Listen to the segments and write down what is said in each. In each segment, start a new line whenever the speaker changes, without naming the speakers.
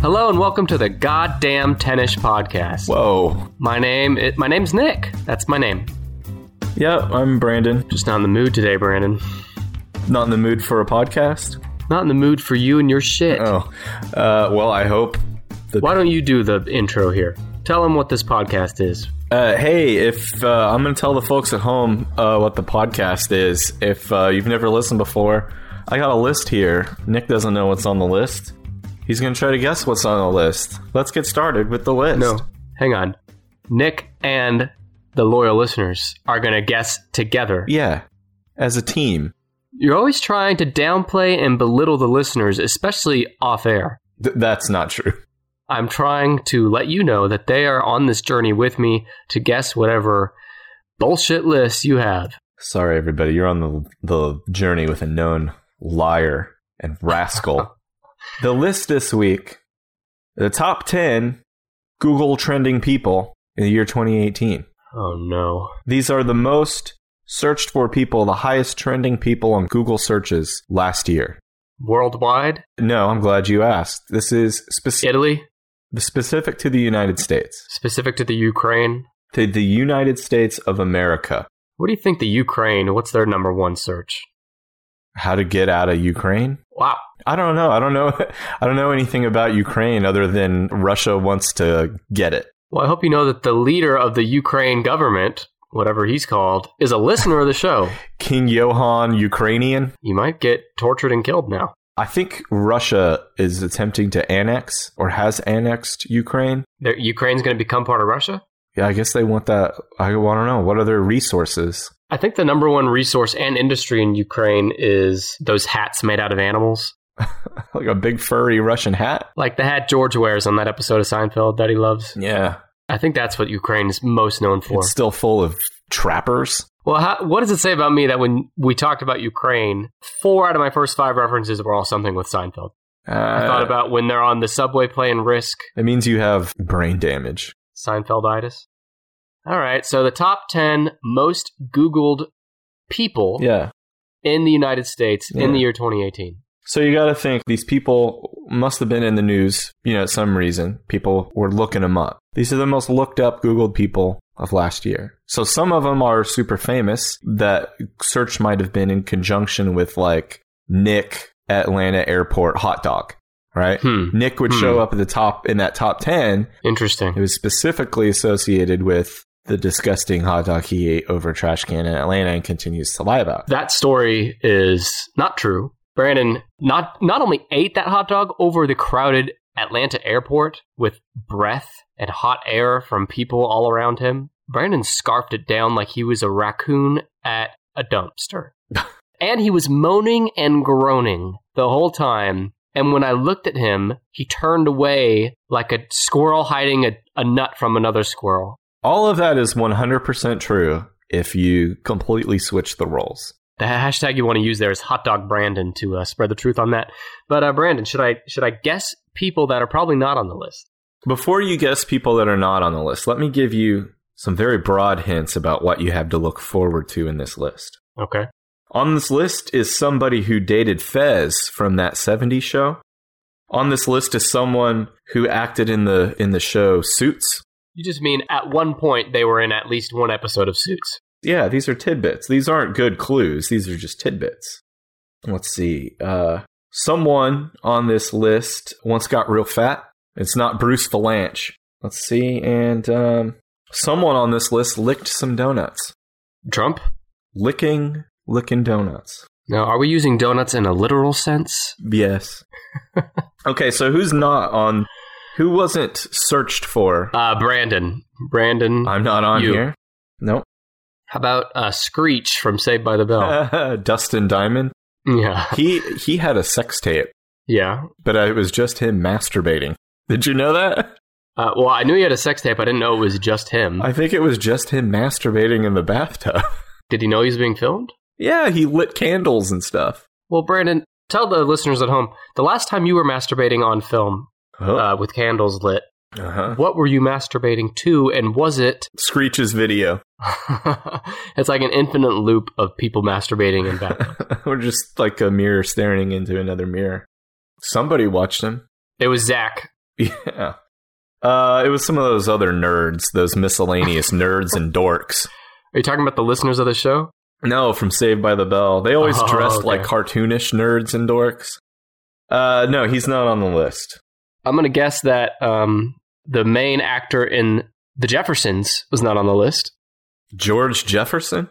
Hello and welcome to the goddamn tennis podcast.
Whoa.
My name, it, my name's Nick. That's my name.
Yep, I'm Brandon.
Just not in the mood today, Brandon.
Not in the mood for a podcast.
Not in the mood for you and your shit.
Oh, uh, well, I hope. The,
Why don't you do the intro here? Tell them what this podcast is.
uh, hey, if uh, I'm going to tell the folks at home uh, what the podcast is, if uh, you've never listened before, I got a list here. Nick doesn't know what's on the list. He's going to try to guess what's on the list. Let's get started with the list.
No, hang on. Nick and the loyal listeners are going to guess together.
Yeah, as a team.
You're always trying to downplay and belittle the listeners, especially off air.
Th- that's not true.
I'm trying to let you know that they are on this journey with me to guess whatever bullshit list you have.
Sorry, everybody. You're on the, the journey with a known liar and rascal. the list this week the top 10 Google trending people in the year 2018.
Oh no.
These are the most searched for people, the highest trending people on Google searches last year.
Worldwide?
No, I'm glad you asked. This is speci-
Italy?
specific to the United States,
Specific to the Ukraine?
to the United States of America.
What do you think the Ukraine, what's their number one search?
How to get out of Ukraine?
Wow.
I don't know. I don't know. I don't know anything about Ukraine other than Russia wants to get it.
Well, I hope you know that the leader of the Ukraine government, whatever he's called, is a listener of the show.
King Johan Ukrainian.
You might get tortured and killed now.
I think Russia is attempting to annex or has annexed Ukraine.
The Ukraine's going to become part of Russia?
Yeah, I guess they want that. I, I don't know. What other resources?
I think the number one resource and industry in Ukraine is those hats made out of animals.
Like a big furry Russian hat?
Like the hat George wears on that episode of Seinfeld that he loves.
Yeah.
I think that's what Ukraine is most known for.
Mm. It's still full of trappers.
Well, how, what does it say about me that when we talked about Ukraine, four out of my first five references were all something with Seinfeld?
Uh,
I thought about when they're on the subway playing Risk,
it means you have brain damage.
Seinfelditis. All right, so the top 10 most Googled people
Yeah.
in the United States
Yeah.
in the year 2018.
So you got to think these people must have been in the news, you know, at some reason. People were looking them up. These are the most looked up Googled people of last year. So some of them are super famous that search might have been in conjunction with like Nick Atlanta Airport hot dog, right?
Hmm,
Nick would
Hmm.
show up at the top in that top 10. It
interesting.
was specifically associated with the disgusting hot dog he ate over a trash can in Atlanta and continues to lie about.
That story is not true. Brandon not not only ate that hot dog over the crowded Atlanta airport with breath and hot air from people all around him. Brandon scarfed it down like he was a raccoon at a dumpster. and he was moaning and groaning the whole time. And when I looked at him, he turned away like a squirrel hiding a, a nut from another squirrel.
All of that is 100% true if you completely switch the roles.
the hashtag you want to use there is hot dog brandon to uh, spread the truth on that but uh, brandon should i should i guess people that are probably not on the list
Before you guess people that are not on the list, let me give you some very broad hints about what you have to look forward to in this list.
okay
On this list is somebody who dated Fez from that 70s show. On this list is someone who acted in the in the show Suits.
you just mean at one point they were in at least one episode of suits
Yeah, these are tidbits. These aren't good clues. These are just tidbits. Let's see. Uh, someone on this list once got real fat. It's not Bruce Valanche. Let's see. And um, someone on this list licked some donuts.
trump
Licking, licking donuts.
now are we using donuts in a literal sense
Yes. okay, so who's not on? Who wasn't searched for?
uh brandon brandon
I'm not on
Um, you.
here. Nope.
how about uh screech from saved by the bell
Dustin Diamond.
yeah
He he had a sex tape.
yeah
but uh, it was just him masturbating. Did you know that?
uh, well i knew he had a sex tape i didn't know it was just him
I think it was just him masturbating in the bathtub.
did he know he was being filmed
yeah, he lit candles and stuff.
well brandon tell the listeners at home the last time you were masturbating on film
Uh
uh, with candles lit.
huh.
What were you masturbating to, and was it?
Screech's video.
it's like an infinite loop of people masturbating and back.
We're just like a mirror staring into another mirror. Somebody watched him.
it was Zach
Yeah. Uh, it was some of those other nerds, those miscellaneous nerds and dorks.
Are you talking about the listeners of the show?
No, from Saved by the Bell. They always
Oh,
dressed
okay.
like cartoonish nerds and dorks. Uh, no, he's not on the list.
I'm gonna guess that um, the main actor in The Jeffersons was not on the list.
George Jefferson?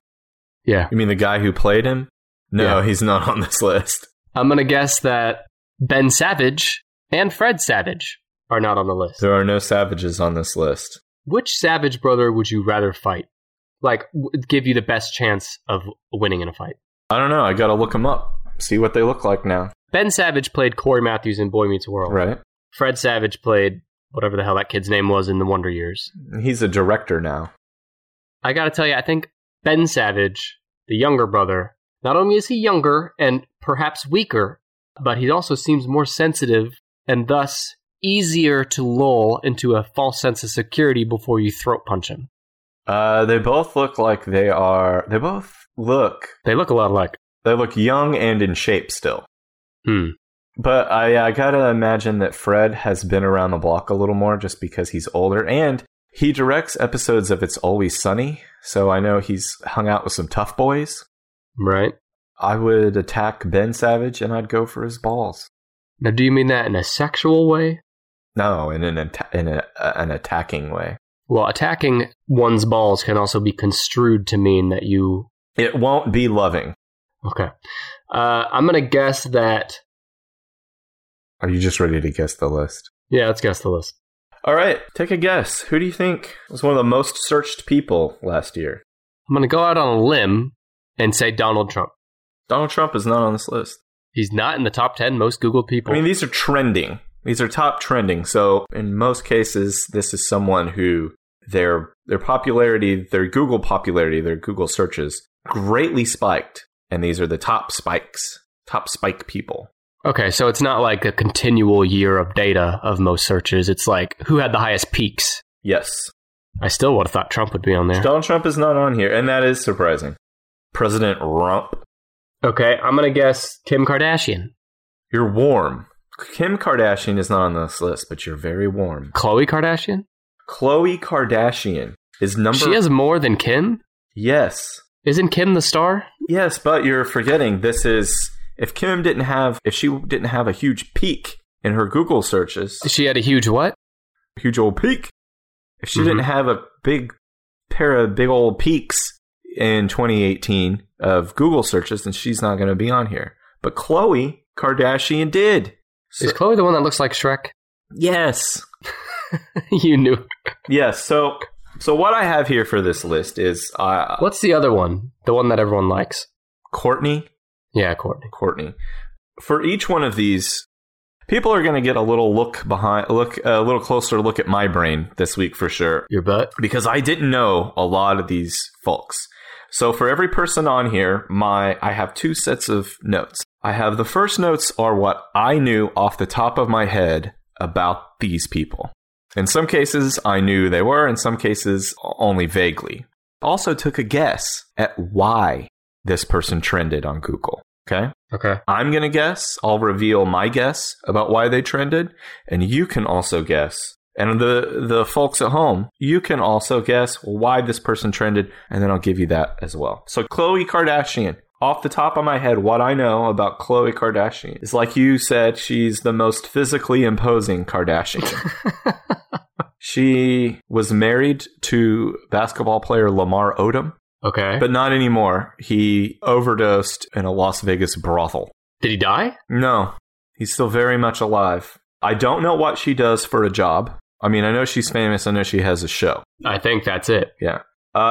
Yeah,
You mean the guy who played him? No,
Yeah.
he's not on this list.
I'm gonna guess that Ben Savage and Fred Savage are not on the list.
There are no savages on this list.
Which Savage brother would you rather fight? Like, w- give you the best chance of winning in a fight?
I don't know. I gotta look them up, see what they look like now.
Ben Savage played Corey Matthews in Boy Meets World.
Right?
Fred Savage played whatever the hell that kid's name was in The Wonder Years.
He's a director now.
I gotta tell you, I think Ben Savage, the younger brother, not only is he younger and perhaps weaker, but he also seems more sensitive and thus easier to lull into a false sense of security before you throat punch him.
Uh, they both look like they are. They both look.
They look a lot alike.
They look young and in shape still.
Hmm.
But I, I gotta imagine that Fred has been around the block a little more just because he's older and he directs episodes of It's Always Sunny. So I know he's hung out with some tough boys.
Right?
I would attack Ben Savage and I'd go for his balls.
Now, do you mean that in a sexual way?
No, in an atta- in a, a- an attacking way.
Well, attacking one's balls can also be construed to mean that you
It won't be loving.
Okay. Uh, I'm going to guess that.
Are you just ready to guess the list?
Yeah, let's guess the list.
All right, take a guess. Who do you think was one of the most searched people last year?
I'm going to go out on a limb and say Donald Trump.
Donald Trump is not on this list.
He's not in the top 10 most Googled
I
people.
mean, these are trending. These are top trending. So in most cases, this is someone who their their popularity, their Google popularity, their Google searches greatly spiked, and these are the top spikes, top spike people.
okay, so it's not like a continual year of data of most searches. It's like who had the highest peaks.
Yes,
I still would have thought Trump would be on there.
Donald Trump is not on here, and that is surprising. President Rump,
Okay, I'm going to guess Kim Kardashian.
you're warm. Kim Kardashian is not on this list, but you're very warm.
Khloe Kardashian?
Khloe Kardashian is number.
She has more than Kim?
yes.
Isn't Kim the star?
Yes, but you're forgetting this is if Kim didn't have if she didn't have a huge peak in her Google searches,
She had a huge what?
huge old peak. If she
Mm-hmm.
didn't have a big pair of big old peaks in 2018 of Google searches, then she's not going to be on here. But Chloe Kardashian did. So-
Is Khloe the one that looks like Shrek?
yes.
you knew.
Yes. So so what I have here for this list is uh,
What's the other one? The one that everyone likes?
Courtney
Yeah, Courtney.
Courtney. For each one of these, people are going to get a little look behind, look a little closer look at my brain this week for sure,
Your butt?
because I didn't know a lot of these folks. So for every person on here, my I have two sets of notes. I have the first notes are what I knew off the top of my head about these people. In some cases, I knew they were. In some cases, only vaguely. Also took a guess at why this person trended on Google. Okay.
Okay.
I'm going to guess. I'll reveal my guess about why they trended, and you can also guess. And the the folks at home, you can also guess why this person trended, and then I'll give you that as well. So Khloe Kardashian, off the top of my head, what I know about Khloe Kardashian is like you said, she's the most physically imposing Kardashian. she was married to basketball player Lamar Odom,
Okay.
but not anymore. He overdosed in a Las Vegas brothel.
Did he die?
No, he's still very much alive. I don't know what she does for a job. I mean, I know she's famous. I know she has a show.
I think that's it.
Uh,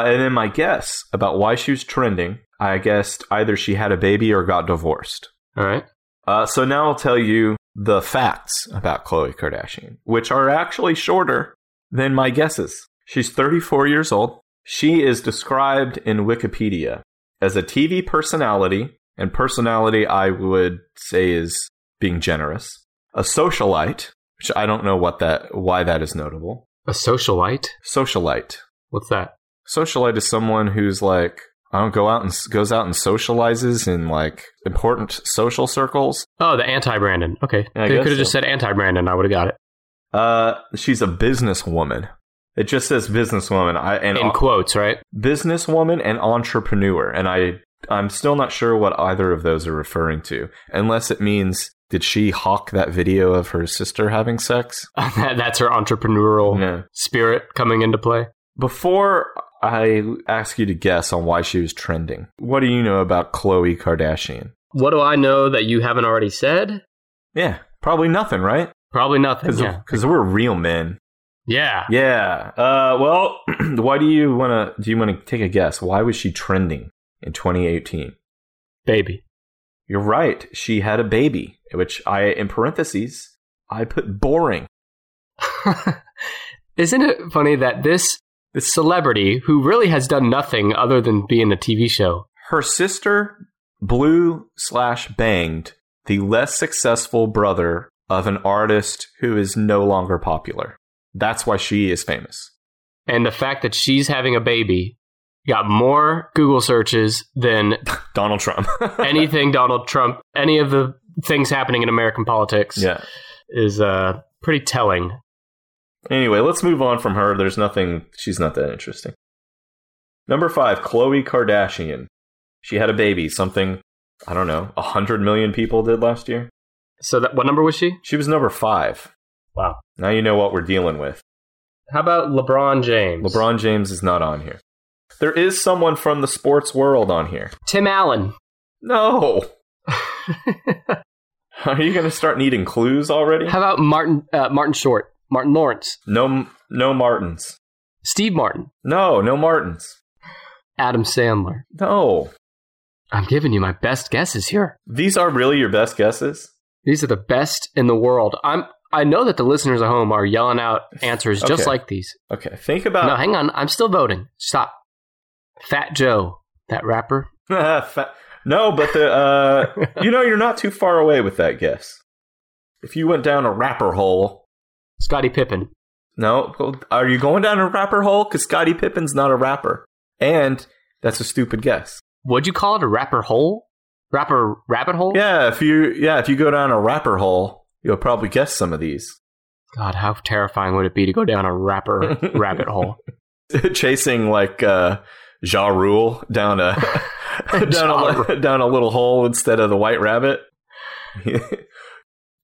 and then my guess about why she was trending, I guessed either she had a baby or got divorced.
All right.
Uh, so now I'll tell you the facts about Khloe Kardashian, which are actually shorter than my guesses. She's 34 years old. She is described in Wikipedia as a TV personality, and personality I would say is being generous, a socialite, which I don't know what that why that is notable.
A socialite?
Socialite.
What's that?
Socialite is someone who's like I don't go out and goes out and socializes in like important social circles.
Oh, the anti Brandon. Okay.
I
they
guess
could have
so.
just said anti Brandon. I would have got it.
Uh, she's a businesswoman. It just says businesswoman. I and
in quotes, right?
businesswoman and entrepreneur, and I I'm still not sure what either of those are referring to, unless it means did she hawk that video of her sister having sex? Oh,
That- That's her entrepreneurial
No.
spirit coming into play.
Before I ask you to guess on why she was trending, what do you know about Khloe Kardashian?
What do I know that you haven't already said?
Yeah, probably nothing, right?
Probably nothing.
Because
Yeah.
we're real men.
yeah.
Yeah. Uh, well, why do you want to? Do you want to take a guess? Why was she trending in 2018?
Baby.
You're right. She had a baby, which I, in parentheses, I put boring.
Isn't it funny that this
This-
celebrity who really has done nothing other than be in a TV show?
Her sister blew slash banged the less successful brother of an artist who is no longer popular. That's why she is famous.
And the fact that she's having a baby got more Google searches than
Donald Trump.
anything Donald Trump, any of the things happening in American politics
yeah.
is uh, pretty telling.
Anyway, let's move on from her. There's nothing, she's not that interesting. Number five, Khloe Kardashian. She had a baby, something, I don't know, 100 million people did last year.
So, that, what number was she?
She was number five.
Wow.
Now you know what we're dealing with.
How about LeBron James?
LeBron James is not on here. There is someone from the sports world on here.
Tim Allen.
No. Are you going to start needing clues already?
How about Martin uh, Martin Short? Martin Lawrence.
No, no Martins.
Steve Martin.
No, no Martins.
Adam Sandler.
No.
I'm giving you my best guesses here.
These are really your best guesses.
These are the best in the world. I'm I know that the listeners at home are yelling out answers just
Okay.
like these.
Okay, think about
no, hang on. I'm still voting. Stop. Fat Joe, that rapper.
Fa- no, but the uh, you know you're not too far away with that guess. If you went down a rapper hole,
Scottie Pippen.
no, are you going down a rapper hole? Because Scottie Pippen's not a rapper, and that's a stupid guess.
Would you call it a rapper hole? Rapper rabbit hole?
Yeah, if you yeah if you go down a rapper hole, you'll probably guess some of these.
God, how terrifying would it be to go down a rapper rabbit hole?
Chasing like uh, Ja Rule down a down a
Ja
li- down a little hole instead of the white rabbit.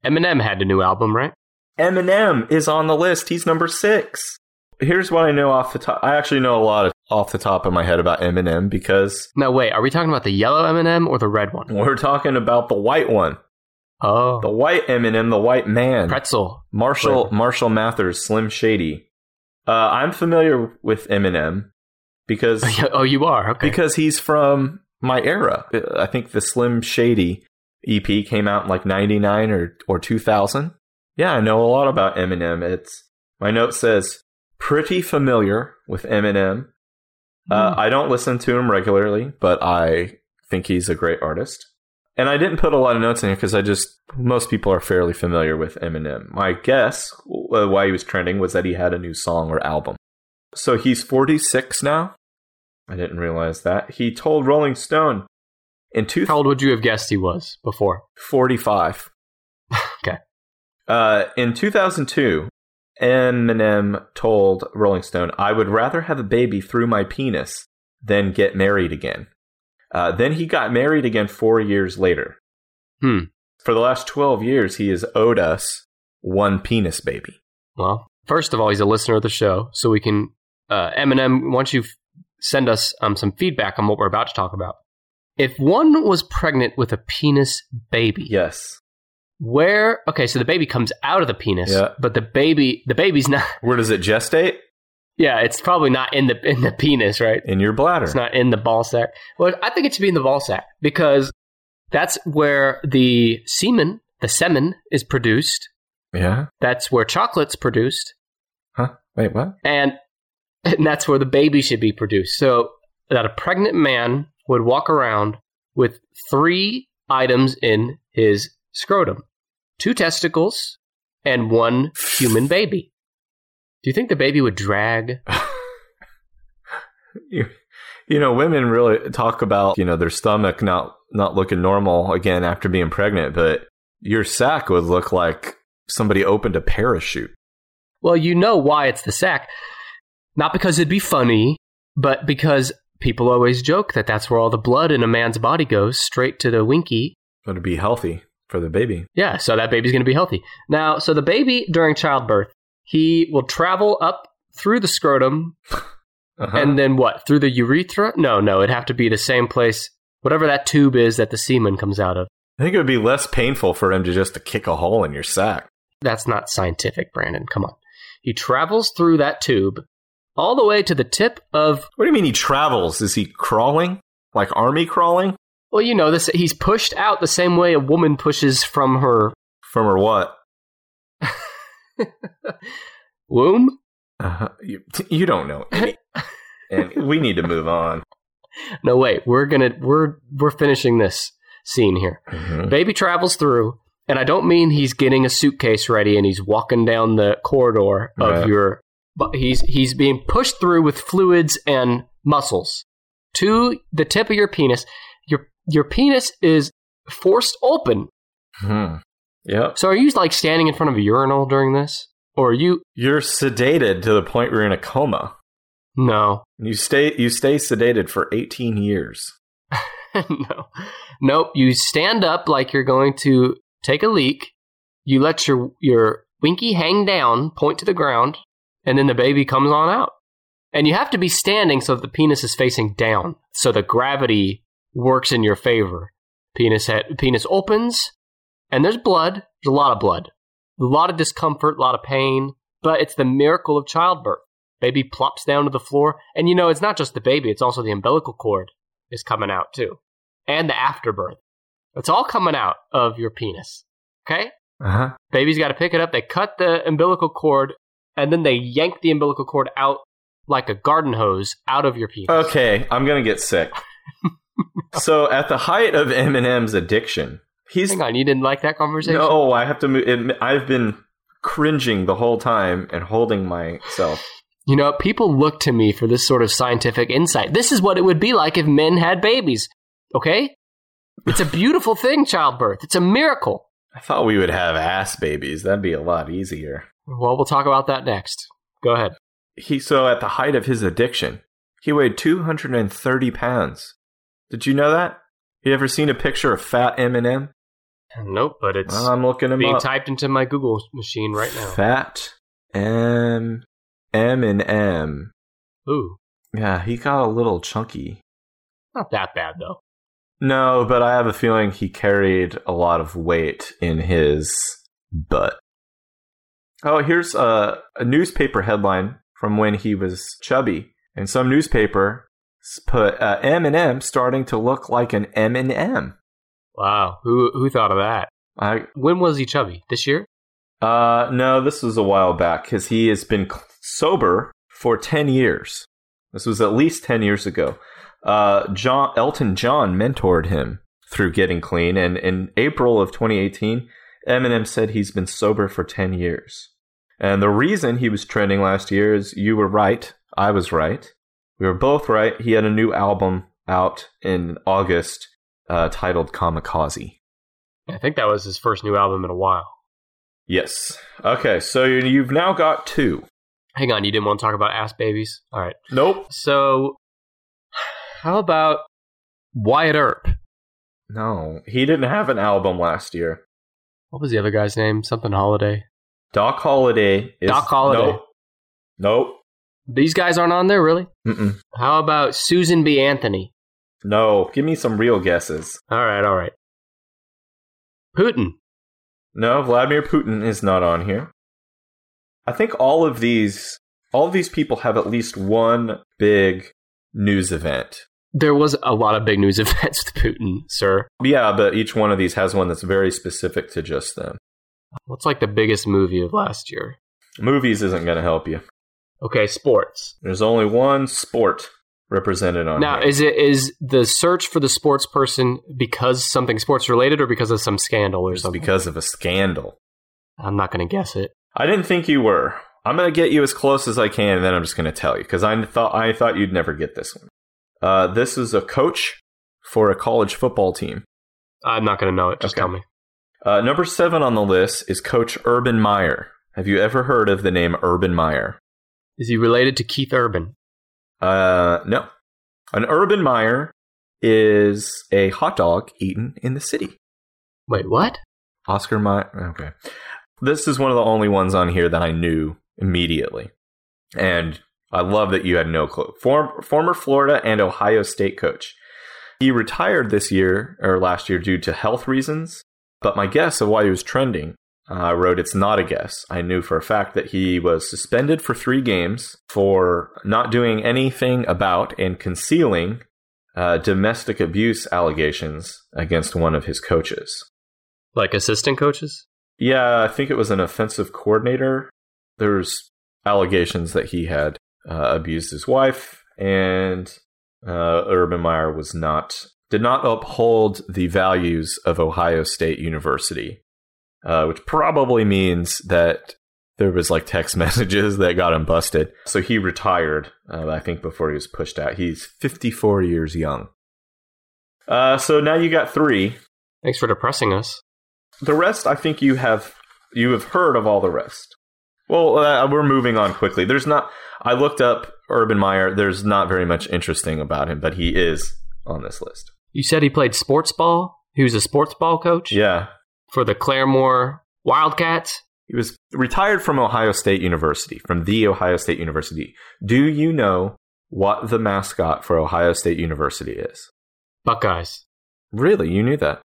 Eminem had a new album, right?
Eminem is on the list. He's number six. Here's what I know off the top. I actually know a lot of, off the top of my head about Eminem because
No, wait. Are we talking about the yellow M&M or the red one?
we're talking about the white one,
Oh,
the white Eminem, the white man,
pretzel.
Marshall
flavor.
Marshall Mathers, Slim Shady. Uh, I'm familiar with Eminem because
oh, you are okay.
because he's from my era. I think the Slim Shady EP came out in like 99 or, or 2000. Yeah, I know a lot about Eminem. It's my note says pretty familiar with Eminem. Uh, I don't listen to him regularly, but I think he's a great artist. And I didn't put a lot of notes in here because I just most people are fairly familiar with Eminem. My guess uh, why he was trending was that he had a new song or album. So he's 46 now. I didn't realize that. He told Rolling Stone in
How
2000
old would you have guessed he was before?
45.
Okay.
Uh, in 2002, Eminem told Rolling Stone, I would rather have a baby through my penis than get married again. Uh, then he got married again four years later.
Hmm.
For the last 12 years, he has owed us one penis baby.
Well, first of all, he's a listener of the show, so we can uh, Eminem. Once you f- send us um, some feedback on what we're about to talk about, if one was pregnant with a penis baby,
Yes.
where? Okay, so the baby comes out of the penis,
Yeah.
but the baby, the baby's not.
Where does it gestate?
Yeah, it's probably not in the in the penis, right?
In your bladder.
It's not in the ball sack. Well, I think it should be in the ball sack because that's where the semen, the semen, is produced.
yeah.
That's where chocolate's produced,
Huh? Wait, what?
and and that's where the baby should be produced. So that a pregnant man would walk around with three items in his scrotum: two testicles and one human baby. Do you think the baby would drag?
you, you know, women really talk about you know their stomach not not looking normal again after being pregnant, but your sack would look like somebody opened a parachute.
Well, you know why it's the sack. Not because it'd be funny, but because people always joke that that's where all the blood in a man's body goes straight to the winky.
But to be healthy for the baby.
Yeah, so that baby's going to be healthy. Now, so the baby during childbirth, he will travel up through the scrotum
Uh-huh.
and then what? Through the urethra? No, no, it'd have to be the same place, whatever that tube is that the semen comes out of.
I think it would be less painful for him to just to kick a hole in your sack.
That's not scientific, Brandon. Come on. He travels through that tube all the way to the tip of
What do you mean he travels? Is he crawling? Like army crawling?
Well, you know, this he's pushed out the same way a woman pushes from her
From her what?
womb.
Uh-huh. You, you don't know. Any, and we need to move on.
No, wait, we're gonna we're we're finishing this scene here.
Hmm. Mm-hmm.
Baby travels through, and I don't mean he's getting a suitcase ready and he's walking down the corridor of
Right.
your. But he's he's being pushed through with fluids and muscles to the tip of your penis. Your your penis is forced open.
Hmm. Yep.
So are you like standing in front of a urinal during this, or are you?
You're sedated to the point where you're in a coma.
No,
You stay you stay sedated for 18 years.
no. Nope. You stand up like you're going to take a leak. You let your your winky hang down, point to the ground, and then the baby comes on out. And you have to be standing so that the penis is facing down, so the gravity works in your favor. Penis head, penis opens, and there's blood. There's a lot of blood, a lot of discomfort, a lot of pain. But it's the miracle of childbirth. Baby plops down to the floor, and you know it's not just the baby; it's also the umbilical cord is coming out too. And the afterbirth. It's all coming out of your penis. Okay?
Uh-huh.
Baby's got to pick it up. They cut the umbilical cord and then they yank the umbilical cord out like a garden hose out of your penis.
Okay, I'm going to get sick. so at the height of Eminem's addiction, he's
Hang on, you didn't like that conversation?
No, I have to move it, I've been cringing the whole time and holding myself.
You know, people look to me for this sort of scientific insight. This is what it would be like if men had babies. Okay? It's a beautiful thing, childbirth. It's a miracle.
I thought we would have ass babies. That'd be a lot easier.
Well, we'll talk about that next. Go ahead.
He so at the height of his addiction, he weighed 230 pounds. Did you know that? You ever seen a picture of fat Eminem?
Nope, but it's
Well, I'm looking him
being
up.
typed into my Google machine right now.
Fat M M and M.
Ooh,
Yeah, he got a little chunky.
not that bad though.
No, but I have a feeling he carried a lot of weight in his butt. Oh, here's a, a newspaper headline from when he was chubby, and some newspaper s- put uh, Eminem starting to look like an M&M.
Wow, who who thought of that?
I
When was he chubby? This year?
uh no, this was a while back because he has been c- sober for ten years. This was at least ten years ago. Uh, John Elton John mentored him through getting clean, and in April of 2018, Eminem said he's been sober for ten years. And the reason he was trending last year is you were right, I was right, we were both right. He had a new album out in August uh, titled Kamikaze.
I think that was his first new album in a while.
Yes. Okay, so you've now got two.
Hang on, you didn't want to talk about ass babies? All right.
Nope.
So, how about Wyatt Earp?
No, he didn't have an album last year.
What was the other guy's name? Something Holiday.
Doc Holliday is
Doc Holliday.
Nope.
These guys aren't on there, really.
Nope. Mm-mm.
How about Susan B. Anthony?
No. Give me some real guesses.
All right, all right. Putin.
No, Vladimir Putin is not on here. I think all of these, all of these people have at least one big news event.
There was a lot of big news events with Putin, sir.
Yeah, but each one of these has one that's very specific to just them.
What's like the biggest movie of last year?
Movies isn't going to help you.
Okay, sports.
There's only one sport represented on
Now,
here.
is it is the search for the sports person because something sports related or because of some scandal or
It's
something?
because of a scandal.
I'm not going to guess it.
I didn't think you were. I'm gonna get you as close as I can, and then I'm just gonna tell you because I thought I thought you'd never get this one. Uh, this is a coach for a college football team.
I'm not going to know it. Just
Okay.
tell me.
Uh, number seven on the list is Coach Urban Meyer. Have you ever heard of the name Urban Meyer?
Is he related to Keith Urban?
Uh, no. An Urban Meyer is a hot dog eaten in the city.
Wait, what?
Oscar Meyer. Okay. This is one of the only ones on here that I knew immediately. And I love that you had no clue. Form, former Florida and Ohio State coach. He retired this year or last year due to health reasons. But my guess of why he was trending, uh, I wrote, it's not a guess. I knew for a fact that he was suspended for three games for not doing anything about and concealing uh, domestic abuse allegations against one of his coaches.
Like assistant coaches?
Yeah, I think it was an offensive coordinator. There's allegations that he had uh, abused his wife, and uh, Urban Meyer was not did not uphold the values of Ohio State University, uh, which probably means that there was like text messages that got him busted. So he retired, uh, I think, before he was pushed out. He's 54 years young. Uh, so now you got three.
Thanks for depressing us.
The rest, I think you have you have heard of all the rest. Well, uh, we're moving on quickly. There's not. I looked up Urban Meyer. There's not very much interesting about him, but he is on this list.
You said he played sports ball. He was a sports ball coach
Yeah,
for the Claremore Wildcats.
he was retired from Ohio State University, from the Ohio State University. Do you know what the mascot for Ohio State University is?
Buckeyes.
Really, you knew that?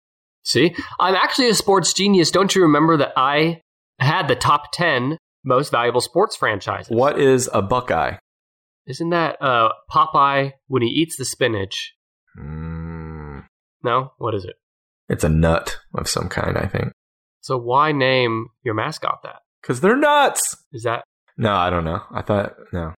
See, I'm actually a sports genius. Don't you remember that I had the top 10 most valuable sports franchises?
What is a Buckeye?
Isn't that uh, Popeye when he eats the spinach?
Mm,
No? What is it?
it's a nut of some kind, I think.
So why name your mascot that?
Because they're nuts.
Is that
No, I don't know. I thought no.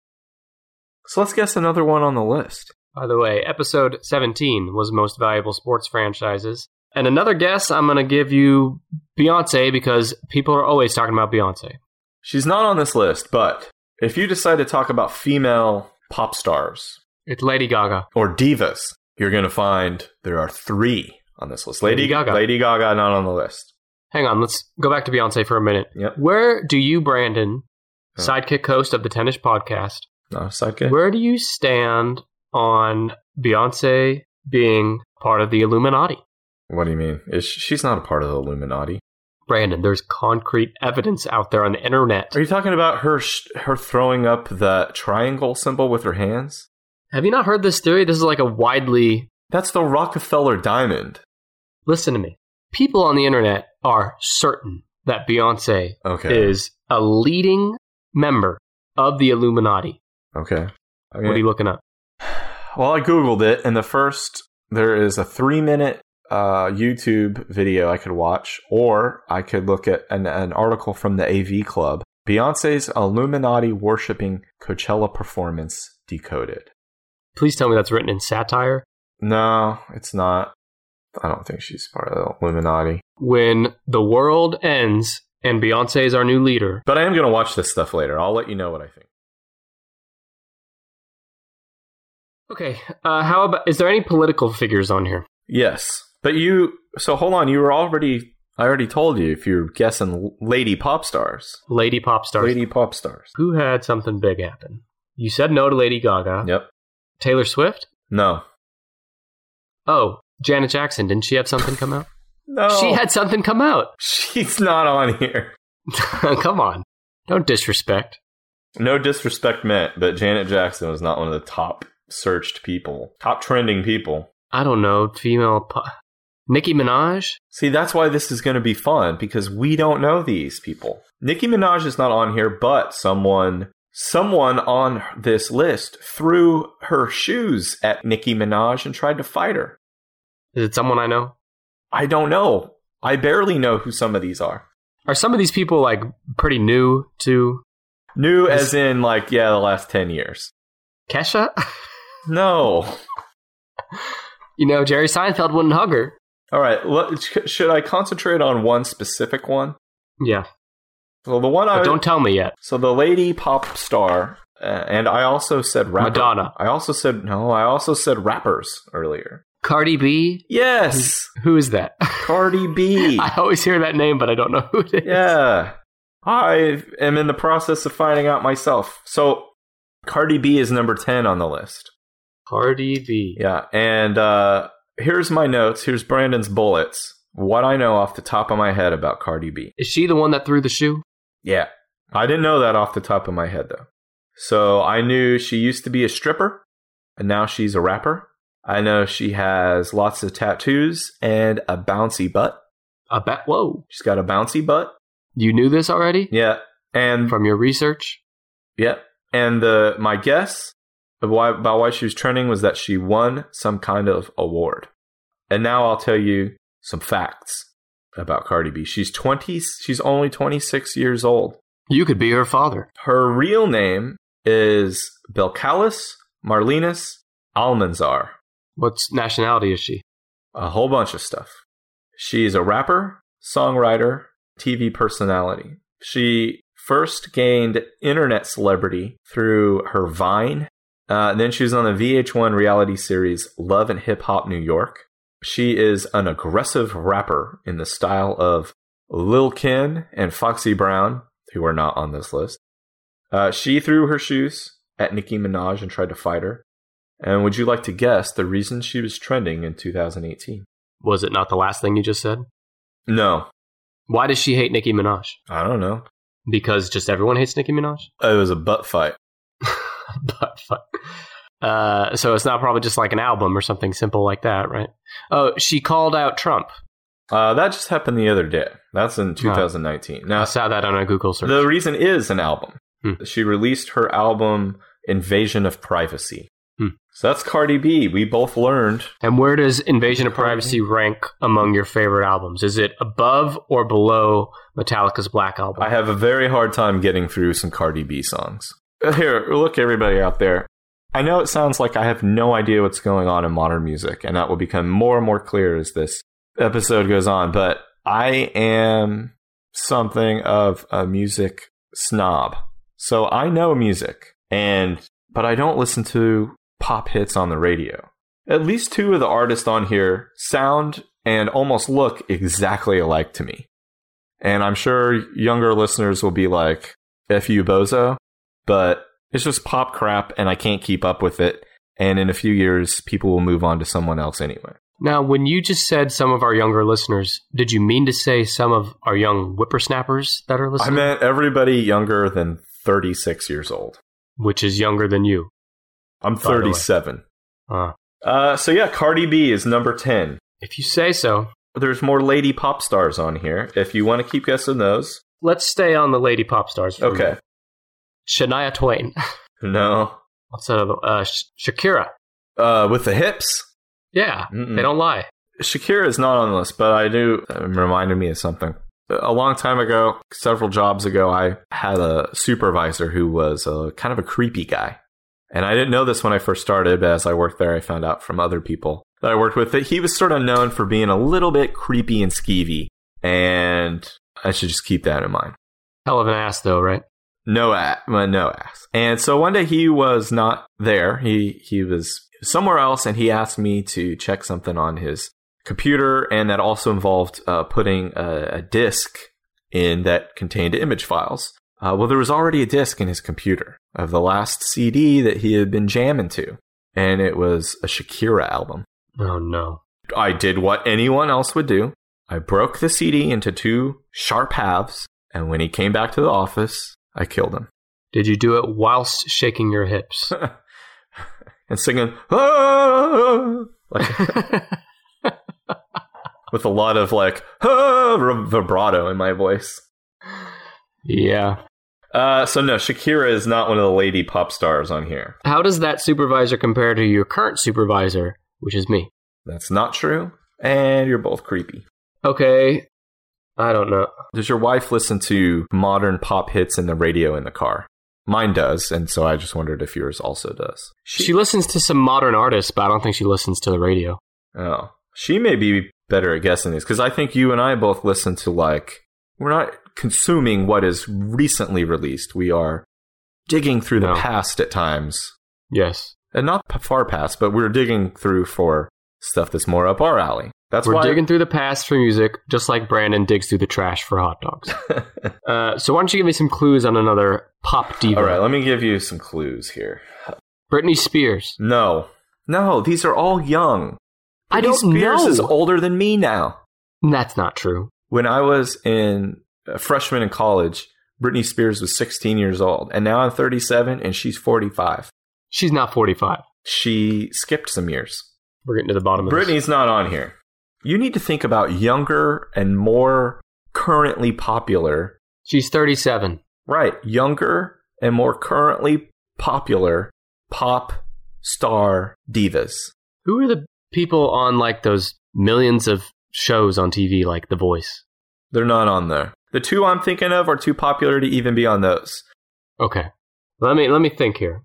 So let's guess another one on the list.
By the way, episode 17 was most valuable sports franchises. And another guess, I'm going to give you Beyonce because people are always talking about Beyonce.
She's not on this list, but if you decide to talk about female pop stars
It's Lady Gaga.
or divas, you're going to find there are three on this list. Lady,
Lady Gaga.
Lady Gaga not on the list.
Hang on, let's go back to Beyonce for a minute.
Yep.
Where do you, Brandon,
Huh. Eh.
sidekick host of the Tennis Podcast,
No sidekick.
where do you stand on Beyonce being part of the Illuminati?
what do you mean? Is she, she's not a part of the Illuminati.
Brandon, there's concrete evidence out there on the internet.
Are you talking about her sh- her throwing up the triangle symbol with her hands?
Have you not heard this theory? This is like a widely
That's the Rockefeller diamond.
listen to me. People on the internet are certain that Beyonce
Okay.
is a leading member of the Illuminati.
okay. Okay.
What are you looking up?
Well, I googled it, and the first there is a three-minute uh, YouTube video I could watch, or I could look at an, an article from the AV Club. Beyonce's Illuminati worshiping Coachella performance decoded.
Please tell me that's written in satire.
No, it's not. I don't think she's part of the Illuminati.
When the world ends and Beyonce is our new leader,
But I am going to watch this stuff later. I'll let you know what I think.
okay. Uh, how about? Is there any political figures on here?
Yes, but you. So hold on. You were already. I already told you if you're guessing lady pop stars.
Lady pop stars.
Lady pop stars.
Who had something big happen? You said no to Lady Gaga.
Yep.
Taylor Swift.
No.
Oh, Janet Jackson. Didn't she have something come out?
No.
She had something come out.
She's not on here.
Come on. Don't disrespect.
No disrespect meant, but Janet Jackson was not one of the top searched people, top trending people.
I don't know, female po- Nicki Minaj?
See, that's why this is going to be fun because we don't know these people. Nicki Minaj is not on here, but someone someone on this list threw her shoes at Nicki Minaj and tried to fight her.
Is it someone I know?
I don't know. I barely know who some of these are.
Are some of these people like pretty new to
New
Is-
as in like yeah, the last 10 years.
Kesha?
No.
you know, Jerry Seinfeld wouldn't hug her.
All right, let- sh- should I concentrate on one specific one?
Yeah.
Well, the one I
But don't tell me yet.
so the lady pop star, uh, and I also said rapper.
Madonna.
I also said no. I also said rappers earlier.
Cardi B?
Yes,
Who is that?
Cardi B.
I always hear that name, but I don't know who it is.
yeah, I am in the process of finding out myself. So Cardi B is number 10 on the list.
Cardi B.
Yeah. And uh, here's my notes. Here's Brandon's bullets. What I know off the top of my head about Cardi B.
Is she the one that threw the shoe?
Yeah. I didn't know that off the top of my head, though. So I knew she used to be a stripper, and now she's a rapper. I know she has lots of tattoos and a bouncy butt.
I bet. Whoa.
She's got a bouncy butt.
You knew this already?
Yeah. And
From your research?
yeah. And the my guess of why about why she was trending was that she won some kind of award. And now I'll tell you some facts about Cardi B. She's 20 she's only 26 years old.
You could be her father.
Her real name is Belcalis Marlinus Almanzar.
What nationality is she?
a whole bunch of stuff. She's a rapper, songwriter, TV personality. She first gained internet celebrity through her Vine. Uh, and then she was on the VH1 reality series Love and Hip Hop New York. She is an aggressive rapper in the style of Lil Ken and Foxy Brown, who are not on this list. Uh, she threw her shoes at Nicki Minaj and tried to fight her. And would you like to guess the reason she was trending in 2018?
Was it not the last thing you just said?
No,
Why does she hate Nicki Minaj?
I don't know.
Because just everyone hates Nicki Minaj?
It was a butt fight.
but fuck. Uh, so it's not probably just like an album or something simple like that, right? Oh, she called out Trump.
Uh, that just happened the other day. That's in 2019.
I
Now,
saw that on a Google search.
the reason is an album.
Hmm.
She released her album Invasion of Privacy.
Hmm.
So that's Cardi B. We both learned.
and where does Invasion of Privacy rank among your favorite albums? Is it above or below Metallica's Black Album?
I have a very hard time getting through some Cardi B songs. Here, look, everybody out there. I know it sounds like I have no idea what's going on in modern music, and that will become more and more clear as this episode goes on, but I am something of a music snob. So I know music, and but I don't listen to pop hits on the radio. At least two of the artists on here sound and almost look exactly alike to me. And I'm sure younger listeners will be like, F you bozo. But it's just pop crap and I can't keep up with it. And in a few years, people will move on to someone else anyway.
now, when you just said some of our younger listeners, did you mean to say some of our young whippersnappers that are
I
listening?
meant everybody younger than 36 years old.
Which is younger than you.
I'm
By the way.
37.
Uh,
Uh, so yeah, Cardi B is number 10.
if you say so.
There's more lady pop stars on here. If you want to keep guessing those,
Let's stay on the lady pop stars. For a
okay.
minute. Shania Twain. Mm-hmm.
No.
What's that other? Uh, Sh- Shakira.
Uh, with the hips?
Yeah,
Mm-mm.
they don't lie.
Shakira is not on the list, but I do it reminded me of something. A long time ago, several jobs ago, I had a supervisor who was a, kind of a creepy guy. And I didn't know this when I first started, but as I worked there, I found out from other people that I worked with that he was sort of known for being a little bit creepy and skeevy. And I should just keep that in mind.
Hell of an ass, though, right?
No ass, well, no ass. And so one day he was not there. He he was somewhere else, and he asked me to check something on his computer, and that also involved uh, putting a, a disk in that contained image files. Uh, well, there was already a disk in his computer of the last CD that he had been jamming to, and it was a Shakira album.
Oh no.
I did what anyone else would do. I broke the CD into two sharp halves, and when he came back to the office, I killed him.
Did you do it whilst shaking your hips?
and singing "Ah," like with a lot of like "Ah," r- vibrato in my voice.
yeah.
Uh, so no, Shakira is not one of the lady pop stars on here.
How does that supervisor compare to your current supervisor, which is me?
That's not true, and you're both creepy.
Okay. I don't know.
Does your wife listen to modern pop hits in the radio in the car? Mine does, and so I just wondered if yours also does.
She, listens to some modern artists, but I don't think she listens to the radio.
Oh, she may be better at guessing these because I think you and I both listen to like we're not consuming what is recently released. We are digging through
No.
the past at times,
Yes.
and not p- far past, but we're digging through for stuff that's more up our alley. That's
We're
why
digging through the past for music, just like Brandon digs through the trash for hot dogs. uh, so why don't you give me some clues on another pop diva?
All right, let me give you some clues here.
Britney Spears.
No. No, these are all young.
I
Britney
don't
Spears
know.
is older than me now.
Mm, That's not true.
When I was in a freshman in college, Britney Spears was 16 years old, and now I'm 37 and she's 45.
She's not 45.
She skipped some years.
We're getting to the bottom of this.
Britney's not on here. You need to think about younger and more currently popular.
She's 37.
Right, younger and more currently popular pop star divas.
Who are the people on like those millions of shows on TV like The Voice?
They're not on there. The two I'm thinking of are too popular to even be on those.
Okay. Let me let me think here.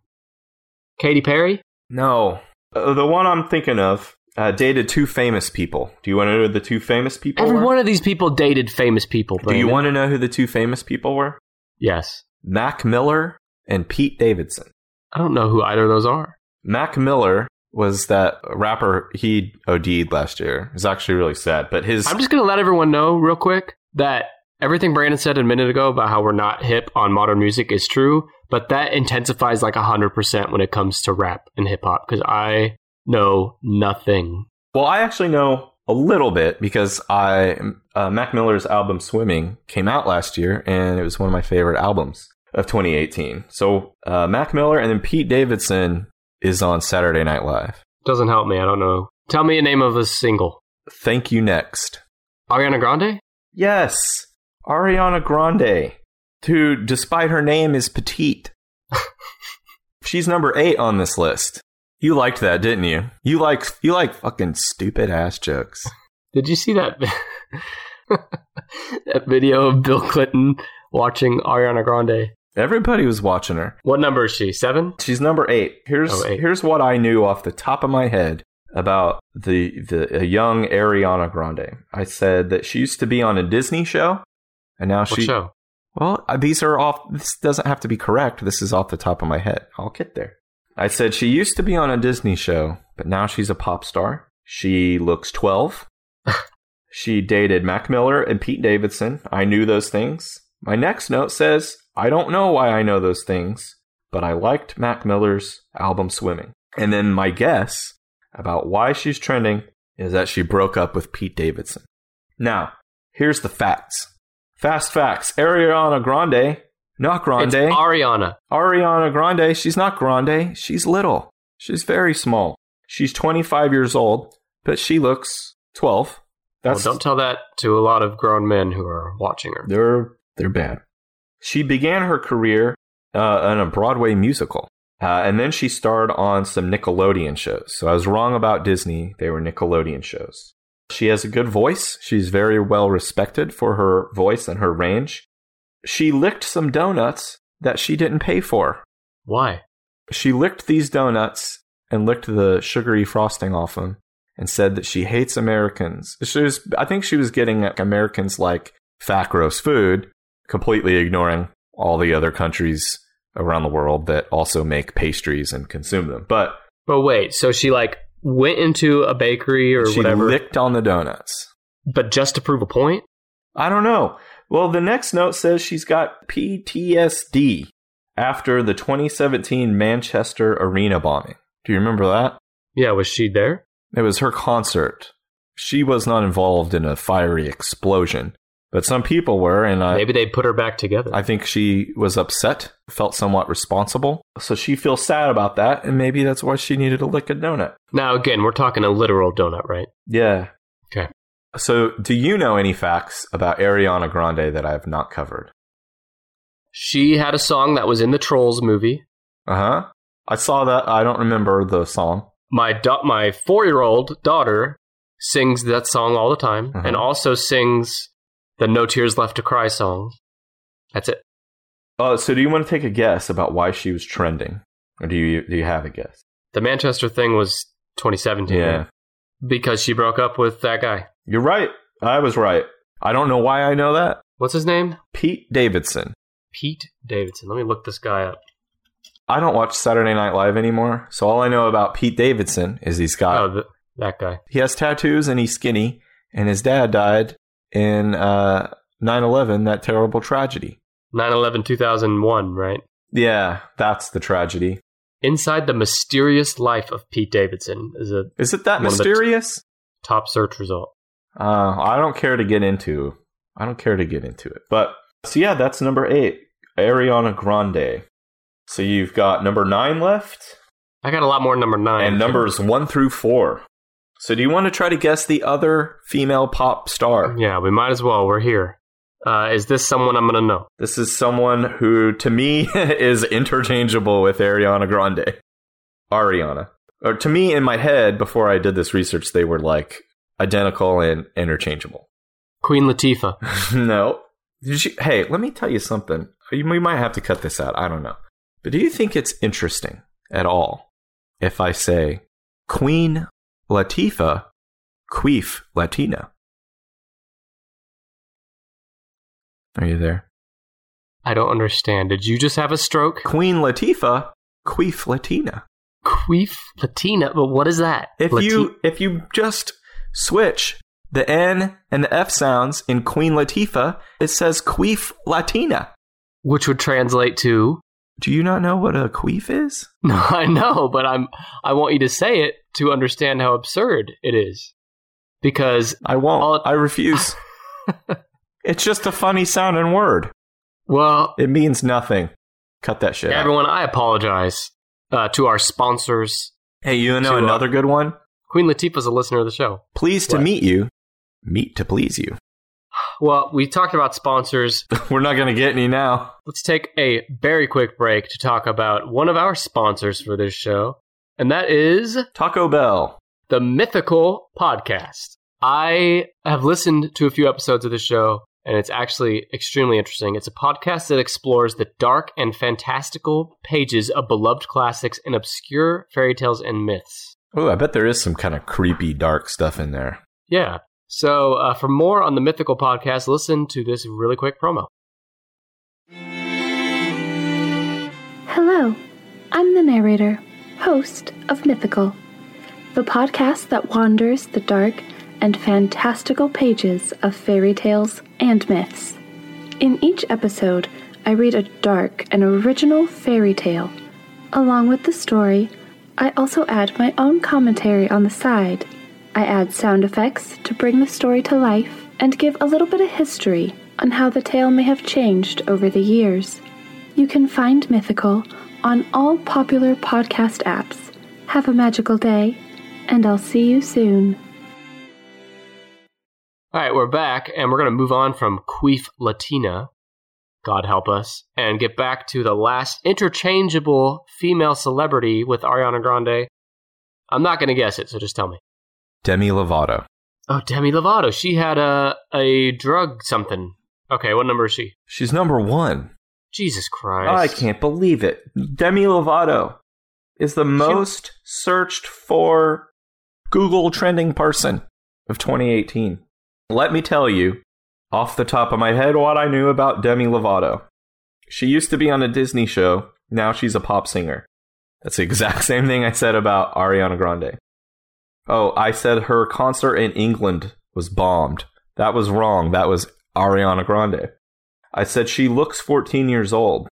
Katy Perry?
No. Uh, the one I'm thinking of uh, dated two famous people. Do you want to know who the two famous people
Every
were?
one of these people dated famous people.
Do you
Brandon.
want to know who the two famous people were?
Yes.
Mac Miller and Pete Davidson.
I don't know who either of those are.
Mac Miller was that rapper he OD'd last year. It's actually really sad, but his
I'm just going to let everyone know real quick that everything Brandon said a minute ago about how we're not hip on modern music is true, but that intensifies like 100% when it comes to rap and hip hop because I know nothing.
Well, I actually know a little bit because I uh, Mac Miller's album Swimming came out last year, and it was one of my favorite albums of 2018. So uh, Mac Miller and then Pete Davidson is on Saturday Night Live.
Doesn't help me. I don't know. Tell me a name of a single.
Thank you next.
Ariana Grande?
Yes, Ariana Grande, who, despite her name, is petite. She's number eight on this list. You liked that, didn't you? You like you like fucking stupid ass jokes.
Did you see that that video of Bill Clinton watching Ariana Grande?
Everybody was watching her.
What number is she? Seven?
She's number eight. Here's
Oh, eight.
here's what I knew off the top of my head about the the uh, young Ariana Grande. I said that she used to be on a Disney show, and now
What
she.
show?
Well, uh, these are off. This doesn't have to be correct. This is off the top of my head. I'll get there. I said she used to be on a Disney show, but now she's a pop star. She looks twelve. she dated Mac Miller and Pete Davidson. I knew those things. My next note says, "I don't know why I know those things." but I liked Mac Miller's album Swimming. And then my guess about why she's trending is that she broke up with Pete Davidson. Now, here's the facts. Fast facts. Ariana Grande, not Grande.
It's Ariana.
Ariana Grande, she's not Grande. She's little. She's very small. She's 25 years old, but she looks 12. That's
well, don't tell that to a lot of grown men who are watching her.
they're they're bad. She began her career uh, in a Broadway musical, uh, and then she starred on some Nickelodeon shows. So I was wrong about Disney; they were Nickelodeon shows. She has a good voice. She's very well respected for her voice and her range. She licked some donuts that she didn't pay for.
Why?
She licked these donuts and licked the sugary frosting off them and said that she hates Americans. She was, I think she was getting at Americans like fat, gross food, completely ignoring all the other countries around the world that also make pastries and consume them. But
But wait, so she like went into a bakery or
she
whatever,
licked on the donuts.
but just to prove a point?
I don't know. Well, the next note says she's got PTSD after the 2017 Manchester Arena bombing. Do you remember that?
Yeah, was she there?
It was her concert. She was not involved in a fiery explosion, but some people were, and I,
Maybe they put her back together.
Uh, I think she was upset, felt somewhat responsible. So she feels sad about that, and maybe that's why she needed a lick of donut.
now again, we're talking a literal donut, right?
Yeah.
Okay.
So, do you know any facts about Ariana Grande that I have not covered?
She had a song that was in the Trolls movie.
Uh huh. I saw that. I don't remember the song.
My da- my four year old daughter sings that song all the time,
Mhm.
and also sings the No Tears Left to Cry song. That's it.
Oh, so do you want to take a guess about why she was trending, or do you do you have a guess?
The Manchester thing was 2017.
Yeah.
because she broke up with that guy.
You're right. I was right. I don't know why I know that.
What's his name?
Pete Davidson.
Pete Davidson. Let me look this guy up.
I don't watch Saturday Night Live anymore, so all I know about Pete Davidson is he's got
Oh, th- that guy.
he has tattoos and he's skinny and his dad died in uh, 9/11, that terrible tragedy.
9/11 2001, right?
Yeah, that's the tragedy.
Inside the Mysterious Life of Pete Davidson is a
Is it that
One of the t-
mysterious?
top search result.
Uh, I don't care to get into. I don't care to get into it. But so yeah, that's number eight, Ariana Grande. So you've got number nine left,
I got a lot more number nine.
and numbers one through four. So do you want to try to guess the other female pop star?
Yeah, we might as well. We're here. Uh, is this someone I'm going to know?
This is someone who, to me, is interchangeable with Ariana Grande. Ariana, or to me, in my head, before I did this research, they were like identical and interchangeable.
Queen Latifah.
no. Did you- hey, let me tell you something. You- We might have to cut this out. I don't know. But do you think it's interesting at all if I say Queen Latifah, Queef Latina? Are you there?
I don't understand. Did you just have a stroke?
Queen Latifah, Queef Latina.
Queef Latina, but what is that?
If
Lati-
you if you just switch the N and the F sounds in Queen Latifah, it says Queef Latina.
which would translate to
Do you not know what a queef is?
No, I know, but I'm I want you to say it to understand how absurd it is. Because
I won't.
All-
I refuse. it's just a funny sounding word.
well,
It means nothing. Cut that shit. out.
everyone, I apologize uh, to our sponsors.
Hey, you know
To, uh,
another good one?
Queen Latifah's a listener of the show.
Pleased to
what?
meet you. Meet to please you.
Well, we talked about sponsors.
We're not going to get any now.
Let's take a very quick break to talk about one of our sponsors for this show, and that is
Taco Bell.
the Mythical Podcast. I have listened to a few episodes of the show, and it's actually extremely interesting. It's a podcast that explores the dark and fantastical pages of beloved classics and obscure fairy tales and myths.
Oh, I bet there is some kind of creepy, dark stuff in there.
Yeah. So, uh, for more on the Mythical Podcast, listen to this really quick promo.
Hello, I'm the narrator, host of Mythical, the podcast that wanders the dark and fantastical pages of fairy tales and myths. In each episode, I read a dark and original fairy tale. Along with the story, I also add my own commentary on the side. I add sound effects to bring the story to life and give a little bit of history on how the tale may have changed over the years. You can find Mythical on all popular podcast apps. Have a magical day, and I'll see you soon.
All right, we're back, and we're going to move on from Queef Latina, God help us, and get back to the last interchangeable female celebrity with Ariana Grande. I'm not going to guess it, so just tell me.
Demi Lovato.
Oh, Demi Lovato. She had a a drug something. Okay, what number is she?
She's number one.
Jesus Christ!
I can't believe it. Demi Lovato is the most searched for Google trending person of 2018. Let me tell you off the top of my head what I knew about Demi Lovato. She used to be on a Disney show, now she's a pop singer. That's the exact same thing I said about Ariana Grande. Oh, I said her concert in England was bombed. That was wrong. That was Ariana Grande. I said she looks 14 years old.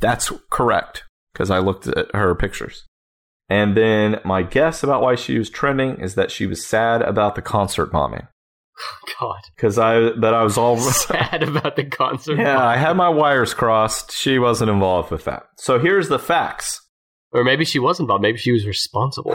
That's correct because I looked at her pictures. And then my guess about why she was trending is that she was sad about the concert bombing
God,
because I that I was all
sad about the concert.
yeah I had my wires crossed. She wasn't involved with that. So here's the facts.
Or maybe she was involved. Maybe she was responsible.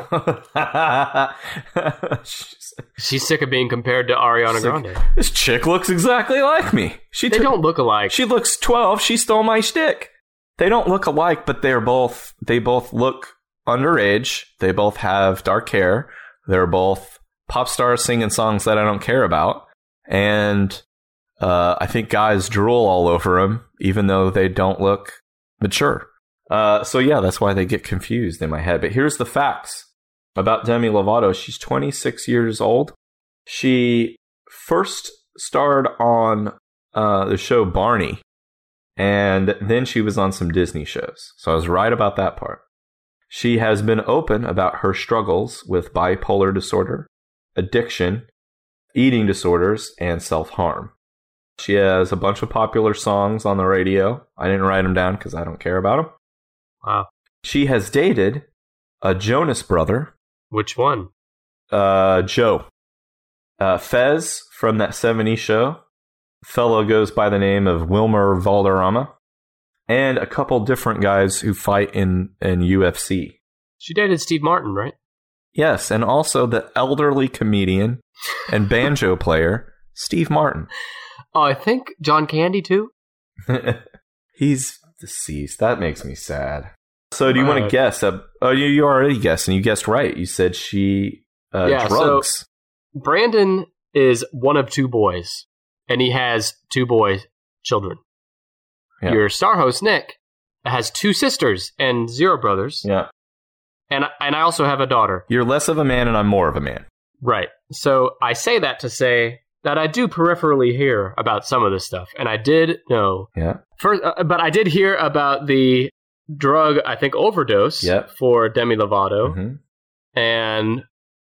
She's-
She's sick of being compared to Ariana
Sick.
Grande.
this chick looks exactly like me. She
They
took-
don't look alike.
She looks 12. She stole my shtick. They don't look alike, but they're both they both look underage. They both have dark hair. They're both pop stars singing songs that I don't care about, and uh, I think guys drool all over them, even though they don't look mature. Uh, so yeah, that's why they get confused in my head. But here's the facts about Demi Lovato. She's 26 years old. She first starred on uh, the show Barney, and then she was on some Disney shows. So I was right about that part. She has been open about her struggles with bipolar disorder, addiction, eating disorders, and self harm. She has a bunch of popular songs on the radio. I didn't write them down because I don't care about them.
Wow.
She has dated a Jonas brother,
Which one?
uh, Joe. Uh, Fez from that 70s show. Fellow goes by the name of Wilmer Valderrama. And a couple different guys who fight in, in UFC.
She dated Steve Martin, right?
Yes, and also the elderly comedian and banjo player, Steve Martin.
Oh, I think John Candy too.
He's deceased. That makes me sad. So, do you want
Uh,
to guess? Uh, oh, you, you already guessed, and you guessed right. You said she uh,
Yeah, so-
drugs.
Brandon is one of two boys, and he has two boy children.
Yeah.
Your star host Nick has two sisters and zero brothers,
yeah,
and and I also have a daughter.
you're less of a man, and I'm more of a man.
Right. So I say that to say that I do peripherally hear about some of this stuff, and I did know
Yeah,
first, uh, but I did hear about the drug I think overdose
Yep.
for Demi Lovato,
Mhm.
and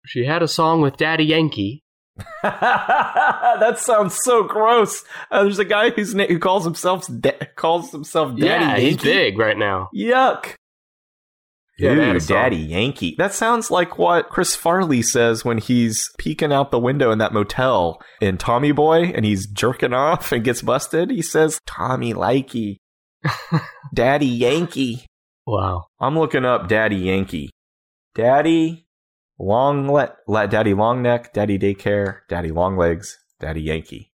she had a song with Daddy Yankee.
that sounds so gross. Uh, there's a guy who's na- who calls himself da- calls himself Daddy
yeah, he's
Yankee.
big right now.
Yuck.
Yeah, they had a
Ooh,
song.
Daddy Yankee. That sounds like what Chris Farley says when he's peeking out the window in that motel in Tommy Boy and he's jerking off and gets busted. He says, Tommy Likey. Daddy Yankee.
Wow.
I'm looking up Daddy Yankee. Daddy Long Let, let Daddy Long Neck, Daddy Daycare, Daddy Long Legs, Daddy Yankee.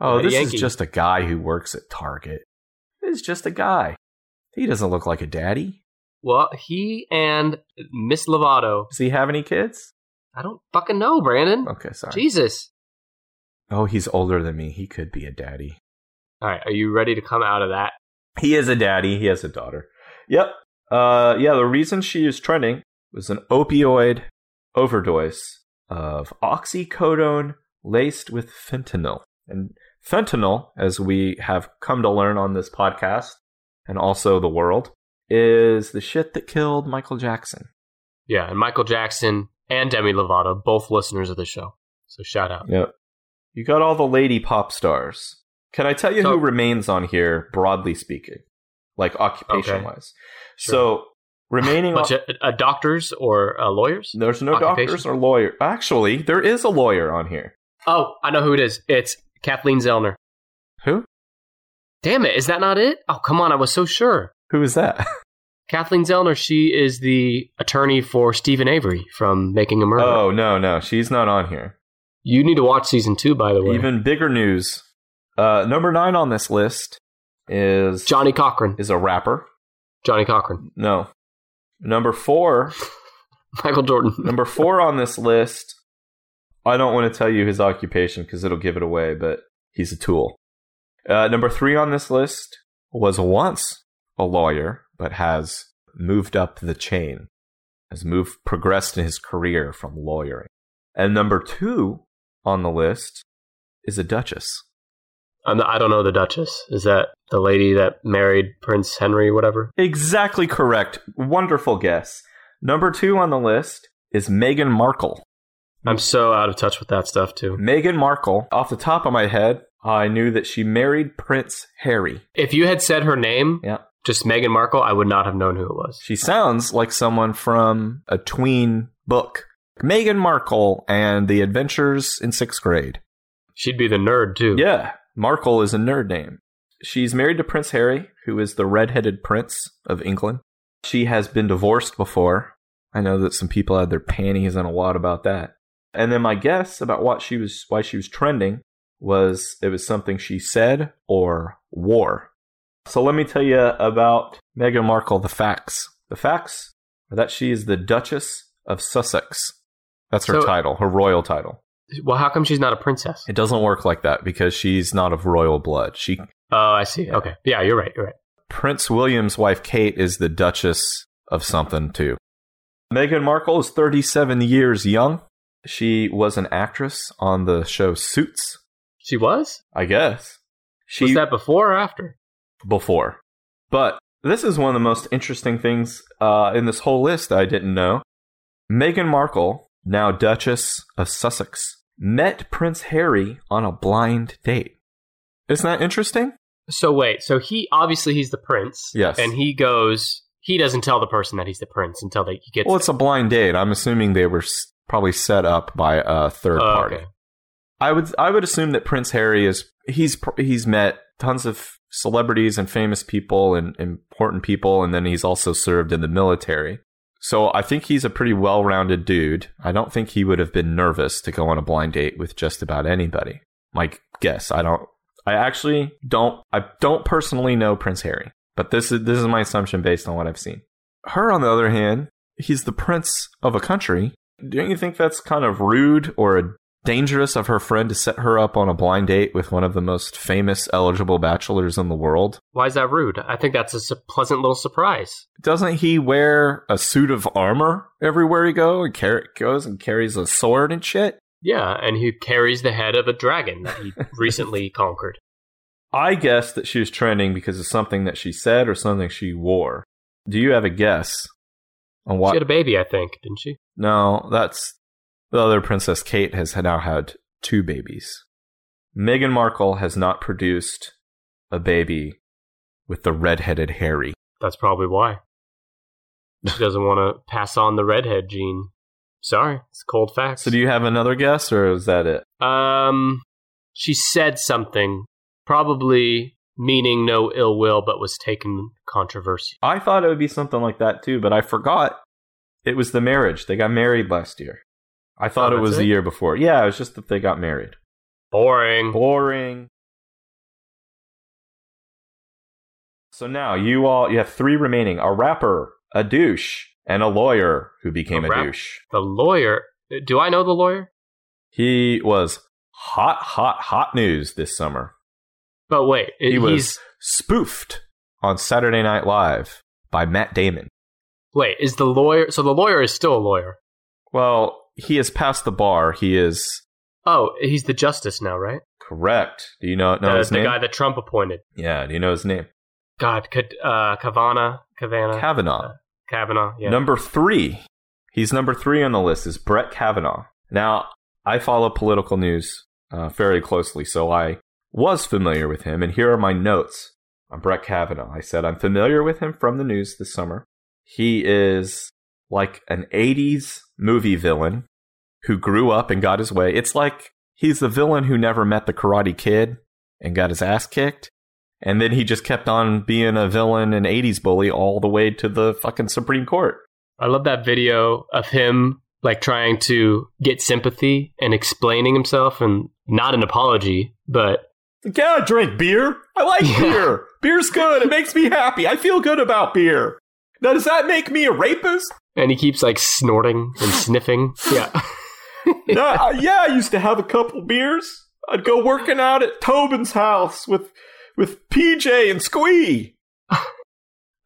Oh,
Daddy
this
Yankee.
is just a guy who works at Target. It's just a guy. He doesn't look like a daddy.
Well, he and Miss Lovato.
Does he have any kids?
I don't fucking know, Brandon.
Okay, sorry.
Jesus.
Oh, he's older than me. He could be a daddy.
All right, are you ready to come out of that?
He is a daddy. He has a daughter. Yep. Uh, yeah, the reason she is trending was an opioid overdose of oxycodone laced with fentanyl. And fentanyl, as we have come to learn on this podcast and also the world, is the shit that killed Michael Jackson.
Yeah, and Michael Jackson and Demi Lovato, both listeners of the show. So shout out.
Yep. You got all the lady pop stars. Can I tell you
So-
who remains on here, broadly speaking, like occupation wise? So remaining,
Bunch
on,
of uh, doctors or uh, lawyers?
there's no
occupation.
doctors or lawyer. Actually, there is a lawyer on here.
Oh, I know who it is. It's Kathleen Zellner.
Who?
Damn it, is that not it? Oh, come on, I was so sure.
Who is that?
Kathleen Zellner, she is the attorney for Stephen Avery from Making a Murder.
Oh no, no, she's not on here.
You need to watch season two, by the way.
Even bigger news. Uh, number nine on this list is
Johnny Cochran.
is a rapper.
Johnny Cochran.
No, number four
Michael Jordan.
Number four on this list, I don't want to tell you his occupation because it'll give it away, but he's a tool. Uh, number three on this list was once a lawyer, but has moved up the chain, has moved progressed in his career from lawyering. And number two on the list is a duchess.
I'm not, I don't know the Duchess. Is that the lady that married Prince Henry, whatever?
Exactly correct. Wonderful guess. Number two on the list is Meghan Markle.
I'm so out of touch with that stuff too.
Meghan Markle, off the top of my head, I knew that she married Prince Harry.
If you had said her name,
Yeah.
just Meghan Markle, I would not have known who it was.
She sounds like someone from a tween book. Meghan Markle and the Adventures in Sixth Grade.
She'd be the nerd too.
Yeah, Markle is a nerd name. She's married to Prince Harry, who is the redheaded prince of England. She has been divorced before. I know that some people had their panties in a wad about that. And then my guess about what she was why she was trending was it was something she said or wore. So let me tell you about Meghan Markle the facts. The facts are that she is the Duchess of Sussex. That's her
So-
title, her royal title.
Well, how come she's not a princess?
It doesn't work like that because she's not of royal blood. She
Oh, I see. Okay. Yeah, you're right. You're right.
Prince William's wife Kate is the Duchess of something too. Meghan Markle is 37 years young. She was an actress on the show Suits,
She was?
I guess. She
was that before or after?
before. But this is one of the most interesting things uh, in this whole list that I didn't know. Meghan Markle, now Duchess of Sussex, met Prince Harry on a blind date. Isn't that interesting?
So wait, so he obviously he's the prince.
Yes.
And he goes he doesn't tell the person that he's the prince until they he gets
Well, it's a blind date. I'm assuming they were s- probably set up by uh, a third
Oh,
party.
okay.
I would I would assume that Prince Harry is he's pr- he's met tons of celebrities and famous people and important people, and then he's also served in the military. So I think he's a pretty well-rounded dude. I don't think he would have been nervous to go on a blind date with just about anybody. My guess. I don't. I actually don't. I don't personally know Prince Harry, but this is this is my assumption based on what I've seen. Her, on the other hand, he's the prince of a country. Don't you think that's kind of rude or a dangerous of her friend to set her up on a blind date with one of the most famous eligible bachelors in the world.
Why is that rude? I think that's a su- pleasant little surprise.
Doesn't he wear a suit of armor everywhere he go and carry, goes and carries a sword and shit?
Yeah, and he carries the head of a dragon that he recently conquered.
I guess that she was trending because of something that she said or something she wore. Do you have a guess on
She
what?
had a baby, I think, didn't she?
no, that's the other Princess Kate has now had two babies. Meghan Markle has not produced a baby with the redheaded Harry.
That's probably why. She doesn't want to pass on the redhead gene. Sorry, it's cold facts.
So do you have another guess or is that it?
Um, she said something, probably meaning no ill will, but was taken controversy.
I thought it would be something like that too, but I forgot it was the marriage. They got married last year. I thought
Oh,
it was
that's
the
it?
year before. Yeah, it was just that they got married.
Boring.
Boring. So now you all you have three remaining: a rapper, a douche, and a lawyer who became
A
a,
rap-
douche.
The lawyer. Do I know the lawyer?
He was hot, hot, hot news this summer.
But wait,
He
he's
was spoofed on Saturday Night Live by Matt Damon.
wait. Is the lawyer? So the lawyer is still a lawyer.
Well, he is past the bar. He is
Oh, he's the justice now, right?
correct. Do you know, know
the,
his
the
name?
guy that Trump appointed.
yeah, do you know his name?
God, could uh, Kavanaugh, Kavanaugh,
Kavanaugh.
Kavanaugh. Yeah.
Number three. He's number three on the list is Brett Kavanaugh. Now, I follow political news uh, very closely, so I was familiar with him, and here are my notes on Brett Kavanaugh. I said, I'm familiar with him from the news this summer. He is like an 80s movie villain who grew up and got his way. It's like he's the villain who never met the karate kid and got his ass kicked. And then he just kept on being a villain and 80s bully all the way to the fucking Supreme Court.
I love that video of him like trying to get sympathy and explaining himself and not an apology, but
Yeah, I drink beer. I like
Yeah.
beer. Beer's good. It makes me happy. I feel good about beer. Now, does that make me a rapist?
and he keeps like snorting and sniffing. Yeah.
No, I- yeah, I used to have a couple beers. I'd go working out at Tobin's house with with PJ and Squee.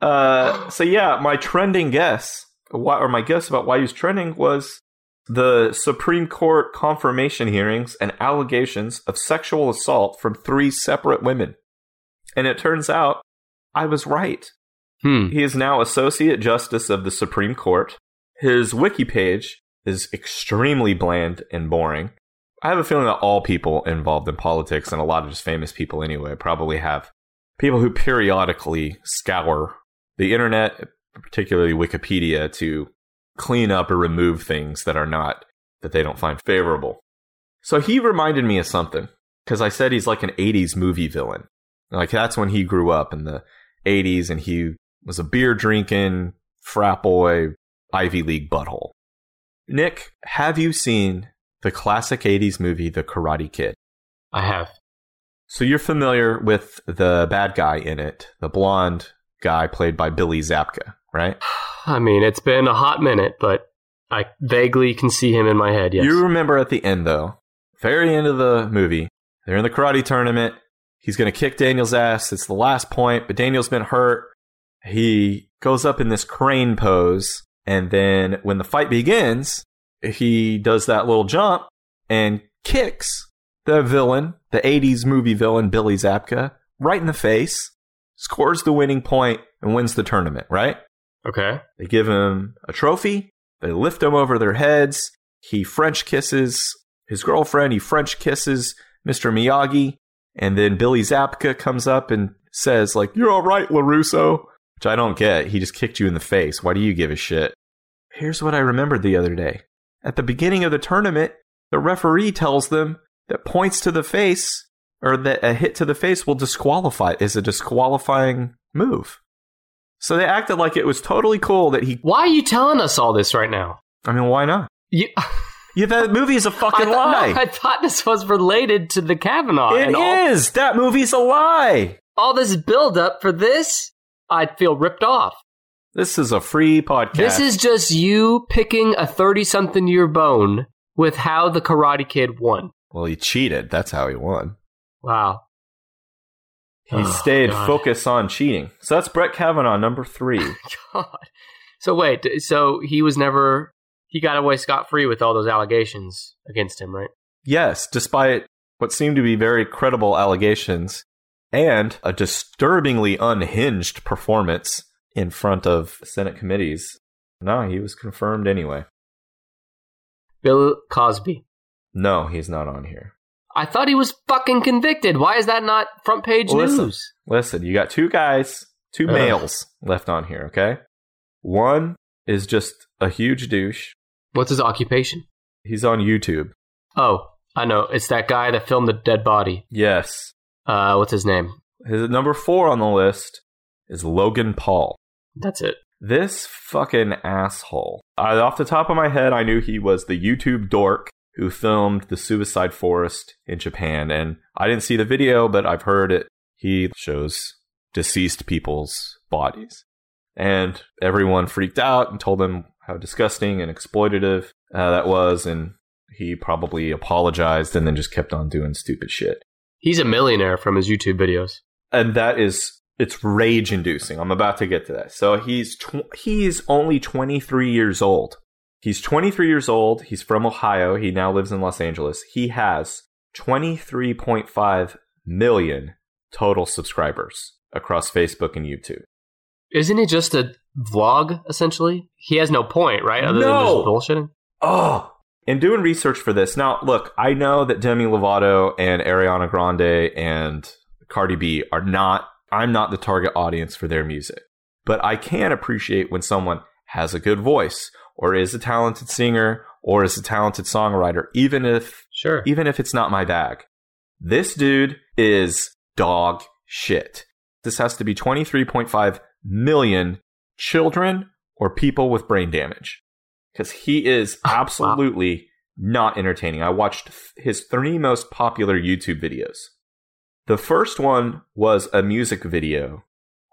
uh, so yeah, my trending guess, why, or my guess about why he was trending was the Supreme Court confirmation hearings and allegations of sexual assault from three separate women. And it turns out I was right.
Hmm.
He is now Associate Justice of the Supreme Court. His wiki page is extremely bland and boring. I have a feeling that all people involved in politics and a lot of just famous people anyway probably have people who periodically scour the internet, particularly Wikipedia, to clean up or remove things that are not, that they don't find favorable. So he reminded me of something because I said he's like an 80s movie villain. Like that's when he grew up in the 80s and he was a beer drinking frat boy Ivy League butthole. Nick, have you seen the classic 80s movie The Karate Kid?
I have.
So you're familiar with the bad guy in it, the blonde guy played by Billy Zabka, right?
I mean, it's been a hot minute, but I vaguely can see him in my head. Yes.
You remember at the end, though, very end of the movie, they're in the karate tournament. He's going to kick Daniel's ass. It's the last point, but Daniel's been hurt. He goes up in this crane pose. And then when the fight begins, he does that little jump and kicks the villain, the 80s movie villain, Billy Zabka, right in the face, scores the winning point, and wins the tournament, right?
okay.
They give him a trophy. They lift him over their heads. He French kisses his girlfriend. He French kisses Mr. Miyagi. And then Billy Zapka comes up and says, like, you're all right, LaRusso. Which I don't get. He just kicked you in the face. Why do you give a shit? Here's what I remembered the other day. At the beginning of the tournament, the referee tells them that points to the face or that a hit to the face will disqualify is a disqualifying move. So they acted like it was totally cool that he
Why are you telling us all this right now?
I mean, why not?
You,
Yeah, that movie is a
I,
fucking
thought, no,
lie.
I thought this was related to the Kavanaugh.
It
and all-
is. That movie's a lie.
all this build up for this, I'd feel ripped off.
This is a free podcast.
This is just you picking a 30 something year bone with how the Karate Kid won.
Well, he cheated. That's how he won.
Wow.
He
Oh,
stayed
God.
focused on cheating. So that's Brett Kavanaugh, number three.
God. So wait, d- so he was never he got away scot free with all those allegations against him, right?
yes, despite what seemed to be very credible allegations and a disturbingly unhinged performance in front of Senate committees. No, he was confirmed anyway.
Bill Cosby.
No, he's not on here.
I thought he was fucking convicted. Why is that not front page
Well, listen.
news?
Listen, you got two guys, two
Ugh.
males left on here, okay? One is just a huge douche.
What's his occupation?
He's on YouTube.
Oh, I know. It's that guy that filmed the dead body.
Yes.
Uh, what's his name?
His number 4 on the list is Logan Paul.
That's it.
This fucking asshole. I, off the top of my head, I knew he was the YouTube dork who filmed the suicide forest in Japan. And I didn't see the video, but I've heard it. He shows deceased people's bodies. And everyone freaked out and told him how disgusting and exploitative uh, that was. And he probably apologized and then just kept on doing stupid shit
He's a millionaire from his YouTube videos.
and that is it's rage inducing. I'm about to get to that. So he's tw- he's only 23 years old. He's 23 years old. He's from Ohio. He now lives in Los Angeles. He has 23.5 million total subscribers across Facebook and YouTube.
Isn't he just a vlog essentially? He has no point, right? Other
No.
than just bullshitting.
Oh, and doing research for this. Now, look, I know that Demi Lovato and Ariana Grande and Cardi B are not, I'm not the target audience for their music, but I can appreciate when someone has a good voice or is a talented singer or is a talented songwriter, even if,
Sure.
even if it's not my bag. This dude is dog shit. This has to be 23.5 million children or people with brain damage because he is absolutely not entertaining. I watched th- his three most popular YouTube videos. The first one was a music video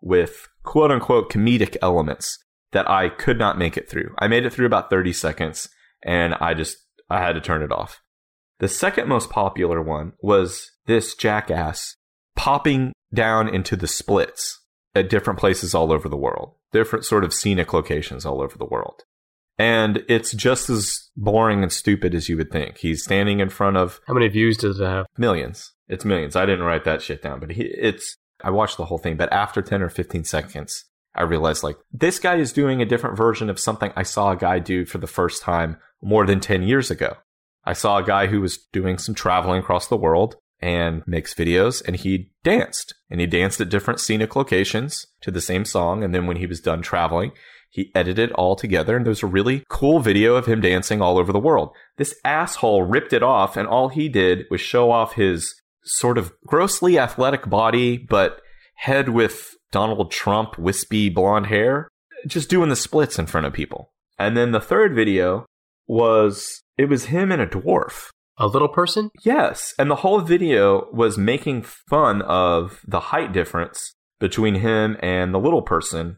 with quote unquote comedic elements that I could not make it through. I made it through about 30 seconds and I just, I had to turn it off. The second most popular one was this jackass popping down into the splits at different places all over the world, different sort of scenic locations all over the world. And it's just as boring and stupid as you would think. He's standing in front of
How many views does it have?
millions. It's millions. I didn't write that shit down, but he, it's. I watched the whole thing, but after ten or fifteen seconds, I realized like this guy is doing a different version of something I saw a guy do for the first time more than ten years ago. I saw a guy who was doing some traveling across the world and makes videos, and he danced, and he danced at different scenic locations to the same song, and then when he was done traveling. He edited it all together, and there's a really cool video of him dancing all over the world. This asshole ripped it off, and all he did was show off his sort of grossly athletic body, but head with Donald Trump wispy blonde hair, just doing the splits in front of people. And then the third video was it was him and a dwarf.
A little person?
Yes, and the whole video was making fun of the height difference between him and the little person.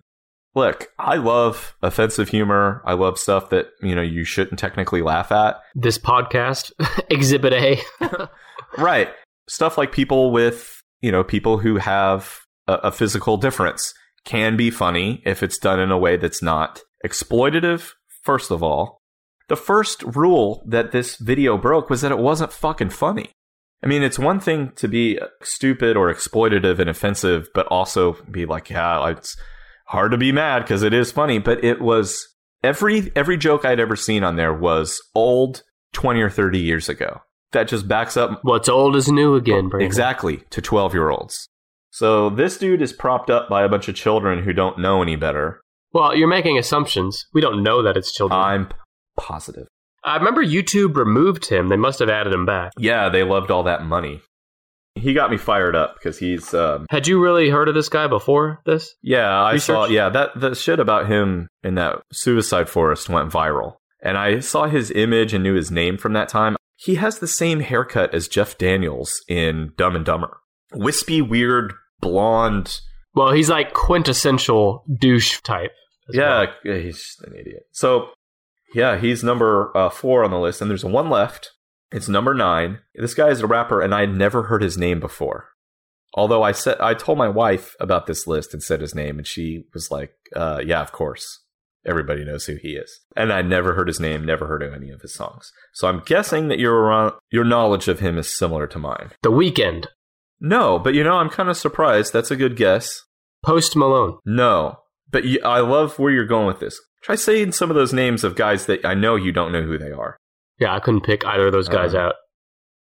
Look, I love offensive humor. I love stuff that, you know, you shouldn't technically laugh at.
This podcast, Exhibit A.
Right. Stuff like people with, you know, people who have a, a physical difference can be funny if it's done in a way that's not exploitative, first of all. The first rule that this video broke was that it wasn't fucking funny. I mean, it's one thing to be stupid or exploitative and offensive, but also be like, yeah, it's hard to be mad because it is funny. But it was every every joke I'd ever seen on there was old 20 or 30 years ago. That just backs up
What's old is new again, Brandon.
exactly to 12 year olds. So this dude is propped up by a bunch of children who don't know any better.
Well, you're making assumptions. We don't know that it's children.
I'm p- positive.
I remember YouTube removed him. They must have added him back.
Yeah, they loved all that money. He got me fired up because he's um,
Had you really heard of this guy before this?
Yeah, I saw.
Research?
Yeah, that the shit about him in that suicide forest went viral, and I saw his image and knew his name from that time. He has the same haircut as Jeff Daniels in Dumb and Dumber, wispy, weird, blonde.
Well, he's like quintessential douche type. as well.
Yeah, he's just an idiot. So, yeah, he's number uh, four on the list, and there's one left. It's number nine. This guy is a rapper, and I had never heard his name before. Although I said I told my wife about this list and said his name, and she was like, uh, "Yeah, of course, everybody knows who he is." And I never heard his name, never heard of any of his songs. So I'm guessing that your around, your knowledge of him is similar to mine.
The Weekend,
No, but you know, I'm kind of surprised. That's a good guess.
Post Malone.
No, but you, I love where you're going with this. Try saying some of those names of guys that I know you don't know who they are.
Yeah, I couldn't pick either of those guys
Uh,
out.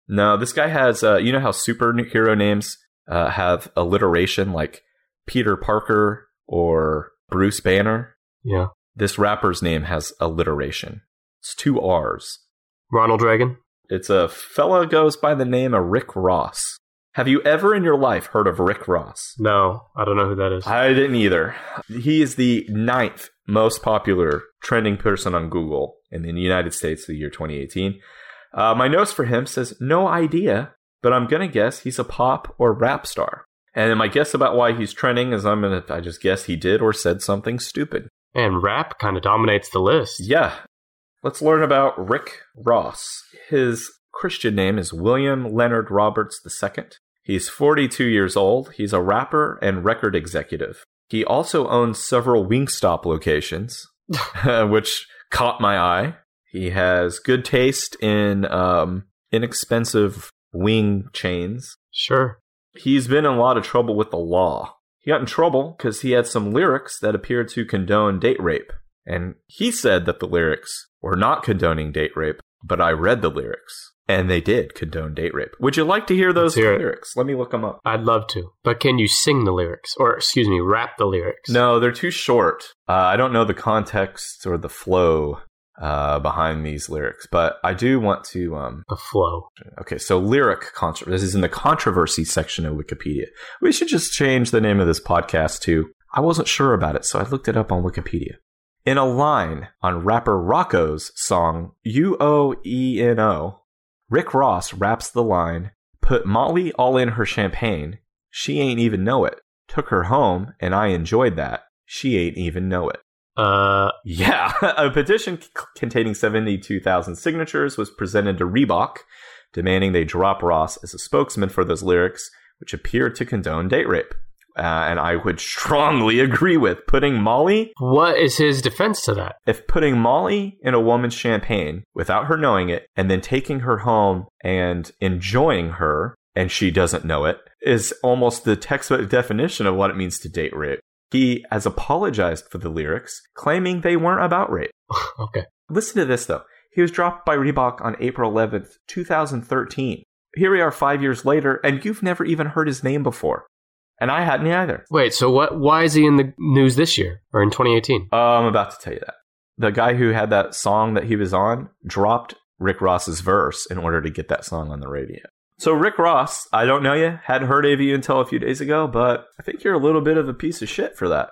No, this guy has, uh, you know how superhero names uh, have alliteration like Peter Parker or Bruce Banner?
Yeah,
This rapper's name has alliteration. It's two R's.
Ronald Reagan.
It's a fella goes by the name of Rick Ross. Have you ever in your life heard of Rick Ross?
No, I don't know who that is.
I didn't either. He is the ninth most popular trending person on Google in the United States of the year 2018. Uh, my notes for him says no idea, but I'm gonna guess he's a pop or rap star. And then my guess about why he's trending is I'm gonna I just guess he did or said something stupid.
and rap kind of dominates the list.
Yeah. Let's learn about Rick Ross. His Christian name is William Leonard Roberts II. He's 42 years old. He's a rapper and record executive. He also owns several Wingstop locations, which caught my eye. He has good taste in um, inexpensive wing chains.
Sure.
He's been in a lot of trouble with the law. He got in trouble because he had some lyrics that appeared to condone date rape. And he said that the lyrics were not condoning date rape, but I read the lyrics and they did condone date rape. Would you like to hear those
hear it.
lyrics? Let me look them up.
I'd love to. But can you sing the lyrics? Or, excuse me, rap the lyrics?
No, they're too short. Uh, I don't know the context or the flow uh, behind these lyrics, but I do want to um,
The flow.
Okay, so lyric contro This is in the controversy section of Wikipedia. We should just change the name of this podcast to I wasn't sure about it, so I looked it up on Wikipedia. In a line on rapper Rocco's song U O E N O, Rick Ross raps the line Put Molly all in her champagne. She ain't even know it. Took her home, and I enjoyed that. She ain't even know it.
Uh,
Yeah, a petition c- containing 72,000 signatures was presented to Reebok, demanding they drop Ross as a spokesman for those lyrics, which appear to condone date rape. Uh, and I would strongly agree with putting Molly,
what is his defense to that?
if putting Molly in a woman's champagne without her knowing it, and then taking her home and enjoying her, and she doesn't know it, is almost the textbook definition of what it means to date rape. He has apologized for the lyrics, claiming they weren't about rape.
Okay.
Listen to this, though. He was dropped by Reebok on April 11th, 2013. Here we are five years later, and you've never even heard his name before. And I hadn't either.
Wait, so what? why is he in the news this year or in 2018?
Uh, I'm about to tell you that. The guy who had that song that he was on dropped Rick Ross's verse in order to get that song on the radio. So, Rick Ross, I don't know you, hadn't heard of you until a few days ago, but I think you're a little bit of a piece of shit for that.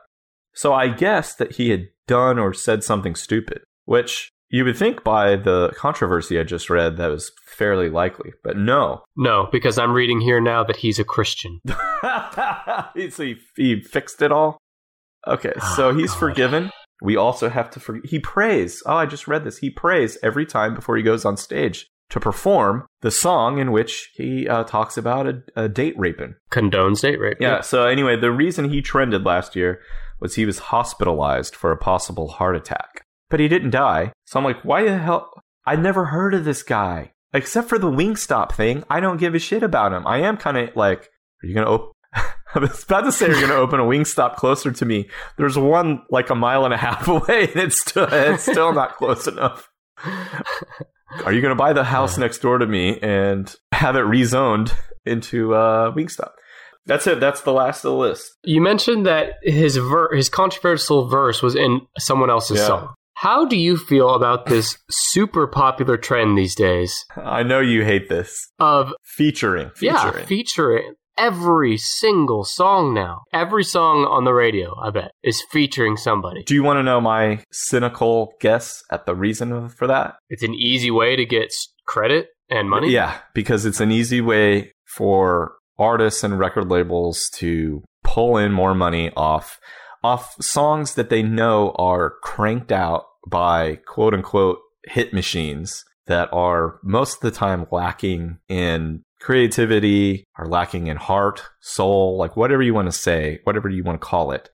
So, I guess that he had done or said something stupid, which you would think by the controversy I just read that was fairly likely, but no.
No, because I'm reading here now that he's a Christian.
so, he, he fixed it all? Okay, so
Oh,
he's
God.
forgiven. We also have to forgive. He prays. Oh, I just read this. He prays every time before he goes on stage to perform the song in which he uh, talks about a, a date raping.
Condones date rape.
Yeah. So anyway, the reason he trended last year was he was hospitalized for a possible heart attack, but he didn't die. So I'm like, why the hell? I never heard of this guy except for the Wingstop thing. I don't give a shit about him. I am kind of like, are you gonna open? I was about to say you're gonna open a Wingstop closer to me. There's one like a mile and a half away, and it's still it's still not close enough. Are you going to buy the house next door to me and have it rezoned into uh, Wingstop? That's it. That's the last of the list.
You mentioned that his ver- his controversial verse was in someone else's
Yeah.
song. How do you feel about this super popular trend these days
I know you hate this.
of
Featuring.
yeah, featuring every single song now? Every song on the radio, I bet, is featuring somebody.
Do you want to know my cynical guess at the reason for that?
It's an easy way to get s- credit and money.
Yeah, because it's an easy way for artists and record labels to pull in more money off off songs that they know are cranked out by quote unquote hit machines that are most of the time lacking in creativity, are lacking in heart, soul, like whatever you want to say, whatever you want to call it.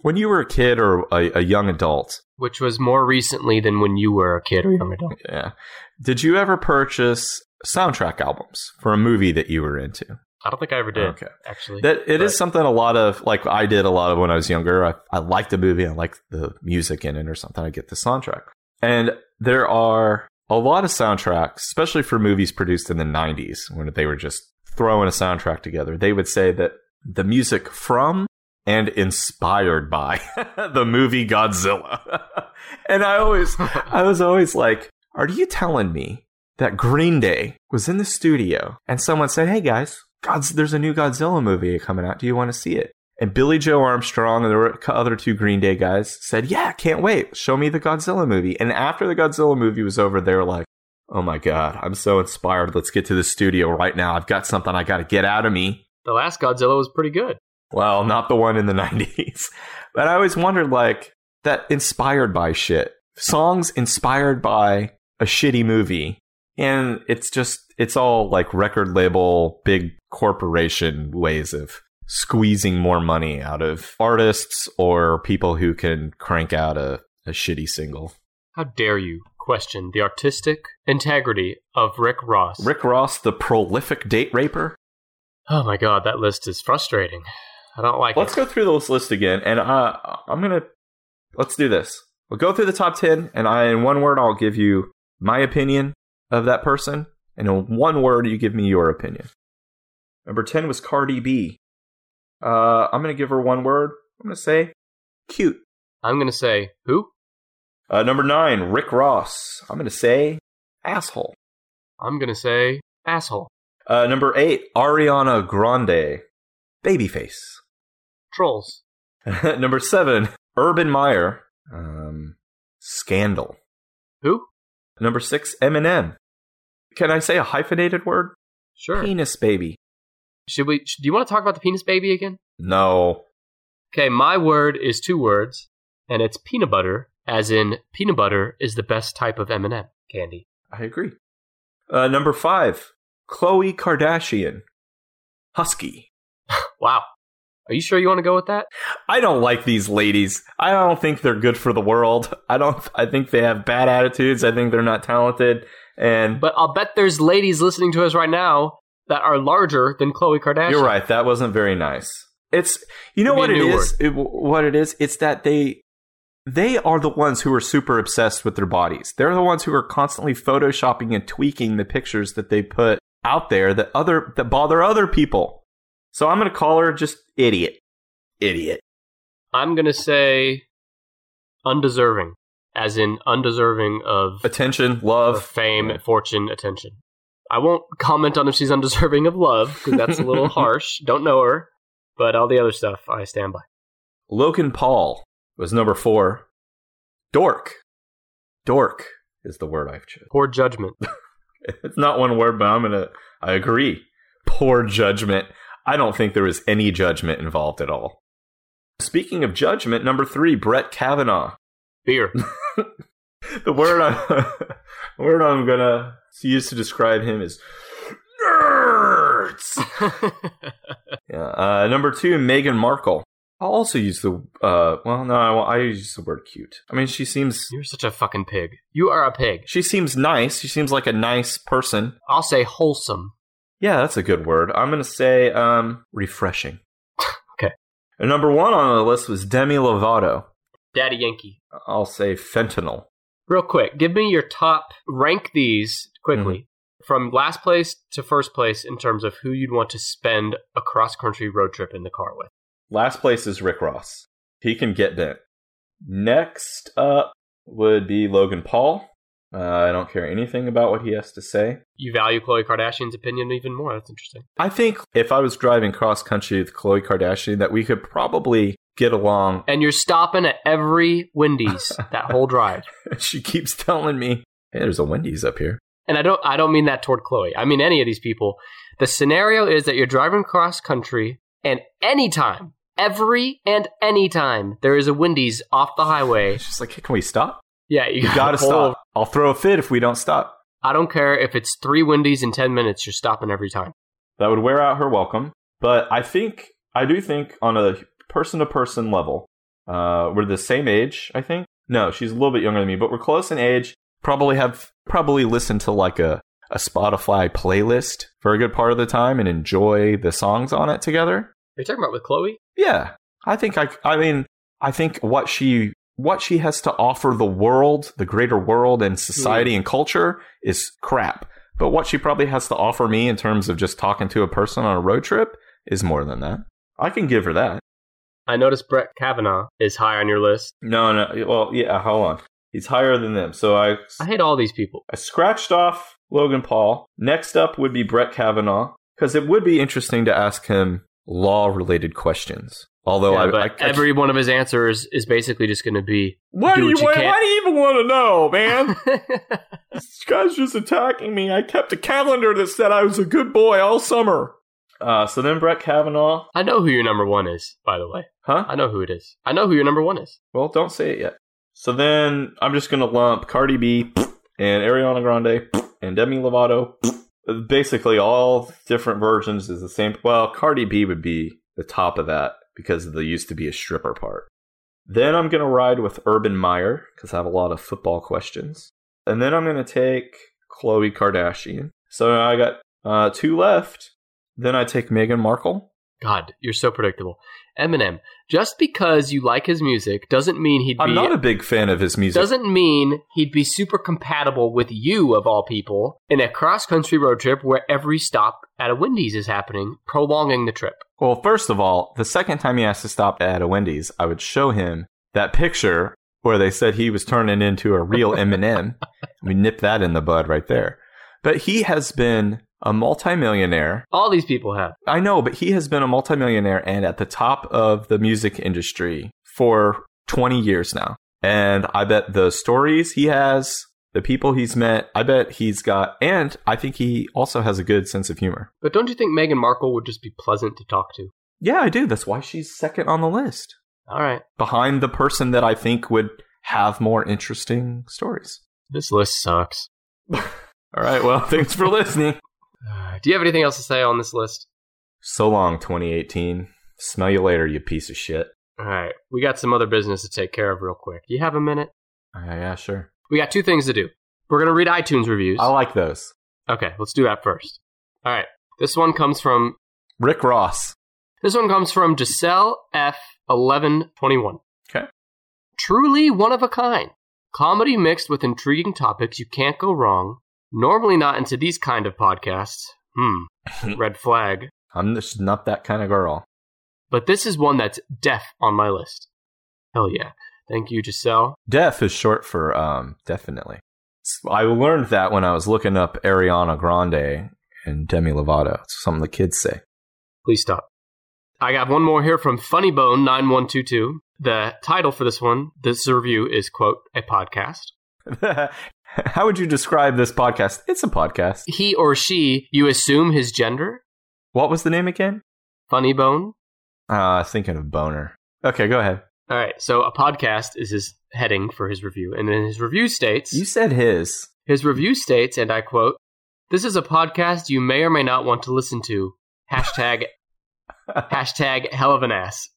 When you were a kid or a, a young adult,
which was more recently than when you were a kid or young adult.
yeah, did you ever purchase soundtrack albums for a movie that you were into?
I don't think I ever did.
Okay.
Actually,
That it is
But-
something a lot of like I did a lot of when I was younger. I, I liked the movie, I liked the music in it or something. I get the soundtrack. And there are a lot of soundtracks, especially for movies produced in the 90s when they were just throwing a soundtrack together. They would say that the music from and inspired by the movie Godzilla. and I always I was always like, are you telling me that Green Day was in the studio and someone said, "Hey guys, God's there's a new Godzilla movie coming out. Do you want to see it?" And Billy Joe Armstrong and the other two Green Day guys said, "Yeah, can't wait. Show me the Godzilla movie." And after the Godzilla movie was over, they were like, "Oh my god, I'm so inspired. Let's get to the studio right now. I've got something I got to get out of me."
the last Godzilla was pretty good.
Well, not the one in the 90s. But I always wondered, like, that inspired by shit. Songs inspired by a shitty movie. And it's just, it's all like record label, big corporation ways of squeezing more money out of artists or people who can crank out a, a shitty single.
How dare you question the artistic integrity of Rick Ross?
Rick Ross, the prolific date raper.
Oh my god, that list is frustrating. I don't like
Let's
it.
go through this list again, and uh, I'm gonna let's do this. We'll go through the top ten, and I, in one word, I'll give you my opinion of that person, and in one word, you give me your opinion. Number ten was Cardi B. Uh, I'm gonna give her one word. I'm gonna say cute.
I'm going to say who?
Uh, number nine, Rick Ross. I'm gonna say asshole.
I'm going to say asshole,
Uh, number eight, Ariana Grande, babyface.
trolls.
number seven, Urban Meyer, um, scandal.
Who?
Number six, Eminem. Can I say a hyphenated word?
Sure.
Penis baby.
Should we sh do you want to talk about the penis baby again?
No.
Okay, my word is two words and it's peanut butter as in peanut butter is the best type of M&M candy.
I agree. Uh, number five, Khloe Kardashian. Husky.
Wow. Are you sure you want to go with that?
I don't like these ladies. I don't think they're good for the world. I don't. I think they have bad attitudes. I think they're not talented. And
But I'll bet there's ladies listening to us right now that are larger than Khloe Kardashian.
You're right. That wasn't very nice. It's you know
Give
what
me
it
a new
is. It, what it is. It's that they they are the ones who are super obsessed with their bodies. They're the ones who are constantly photoshopping and tweaking the pictures that they put out there that other that bother other people. So I'm gonna call her just idiot, idiot.
I'm gonna say undeserving, as in undeserving of,
Attention,
of
love,
fame, fortune, attention. I won't comment on if she's undeserving of love because that's a little harsh. Don't know her, but all the other stuff I stand by.
Logan Paul was number four. Dork, dork is the word I've chosen.
Poor judgment.
It's not one word, but I'm gonna. I agree. Poor judgment. I don't think there was any judgment involved at all. Speaking of judgment, number three, Brett Kavanaugh.
Beer.
The word I'm, the word I'm gonna use to describe him is nerds. Yeah. Uh, number two, Meghan Markle. I'll also use the. Uh, well, no, I, I use the word cute. I mean, she seems
You're such a fucking pig. You are a pig.
she seems nice. She seems like a nice person.
I'll say wholesome.
Yeah, that's a good word. I'm going to say um, refreshing.
Okay.
And number one on the list was Demi Lovato.
Daddy Yankee.
I'll say fentanyl.
Real quick, give me your top rank these quickly from last place to first place in terms of who you'd want to spend a cross country road trip in the car with.
Last place is Rick Ross. He can get bent. Next up would be Logan Paul. Uh, I don't care anything about what he has to say.
You value Khloe Kardashian's opinion even more. That's interesting.
I think if I was driving cross country with Khloe Kardashian, that we could probably get along.
And you're stopping at every Wendy's that whole drive.
she keeps telling me, hey, there's a Wendy's up here.
and I don't I don't mean that toward Chloe. I mean any of these people. The scenario is that you're driving cross country and anytime, every and anytime there is a Wendy's off the highway.
She's like, hey, can we stop?
Yeah, you,
You gotta
pull over.
stop. I'll throw a fit if we don't stop.
I don't care if it's 3 Wendy's in 10 minutes, you're stopping every time.
that would wear out her welcome. But I think I do think on a person to person level, uh, we're the same age. I think no, she's a little bit younger than me, but we're close in age. Probably have probably listened to like a a Spotify playlist for a good part of the time and enjoy the songs on it together.
Are you talking about with Chloe?
Yeah, I think I. I mean, I think what she what she has to offer the world, the greater world, and society and culture is crap. But what she probably has to offer me in terms of just talking to a person on a road trip is more than that. I can give her that.
I noticed Brett Kavanaugh is high on your list.
No, no. Well, yeah. Hold on. He's higher than them. So I
I hate all these people.
I scratched off Logan Paul. Next up would be Brett Kavanaugh because it would be interesting to ask him law related questions. Although
Yeah,
Oh, I, I,
but
I
every one of his answers is basically just going to be
Why
do
do, you,
what you
why,
can.
why do you even want to know, man? this guy's just attacking me. I kept a calendar that said I was a good boy all summer. Uh, so then Brett Kavanaugh.
I know who your number 1 is, by the way.
Huh?
I know who it is. I know who your number 1 is.
Well, don't say it yet. So then I'm just going to lump Cardi B and Ariana Grande and Demi Lovato. Basically, all different versions is the same. Well, Cardi B would be the top of that because there used to be a stripper part. Then I'm going to ride with Urban Meyer because I have a lot of football questions. And then I'm going to take Khloe Kardashian. So now I got uh, two left. Then I take Meghan Markle.
God, you're so predictable. Eminem, just because you like his music doesn't mean he'd
I'm
be
not a big fan of his music.
doesn't mean he'd be super compatible with you of all people in a cross country road trip where every stop at a Wendy's is happening, prolonging the trip.
Well, first of all, the second time he asked to stop at a Wendy's, I would show him that picture where they said he was turning into a real M&M. We nipped that in the bud right there. But he has been a multimillionaire.
All these people have.
I know, but he has been a multimillionaire and at the top of the music industry for 20 years now. And I bet the stories he has, the people he's met, I bet he's got, and I think he also has a good sense of humor.
But don't you think Meghan Markle would just be pleasant to talk to?
Yeah, I do. That's why she's second on the list.
All right.
behind the person that I think would have more interesting stories.
This list sucks.
All right, well, thanks for listening.
Uh, Do you have anything else to say on this list?
So long, 2018. Smell you later, you piece of shit.
All right. We got some other business to take care of real quick. Do you have a minute?
Uh, yeah, sure.
We got two things to do. We're going to read iTunes reviews.
I like those.
Okay, let's do that first. All right. This one comes from
Rick Ross.
This one comes from Giselle F1121.
Okay.
Truly one of a kind. Comedy mixed with intriguing topics you can't go wrong. Normally not into these kind of podcasts. Hmm. Red flag.
I'm just not that kind of girl.
But this is one that's deaf on my list. Hell yeah. Thank you, Giselle.
Def is short for um, definitely. S- I learned that when I was looking up Ariana Grande and Demi Lovato. It's something the kids say.
Please stop. I got one more here from Funnybone9122. The title for this one, this review is, quote, a podcast.
How would you describe this podcast? It's a podcast.
He or she, you assume his gender?
What was the name again?
Funny Bone?
Uh, I was thinking of boner. Okay, go ahead.
All right, so a podcast is his heading for his review, and then his review states,
You said his.
his review states, and I quote, "This is a podcast you may or may not want to listen to." Hashtag, hashtag hell of an ass.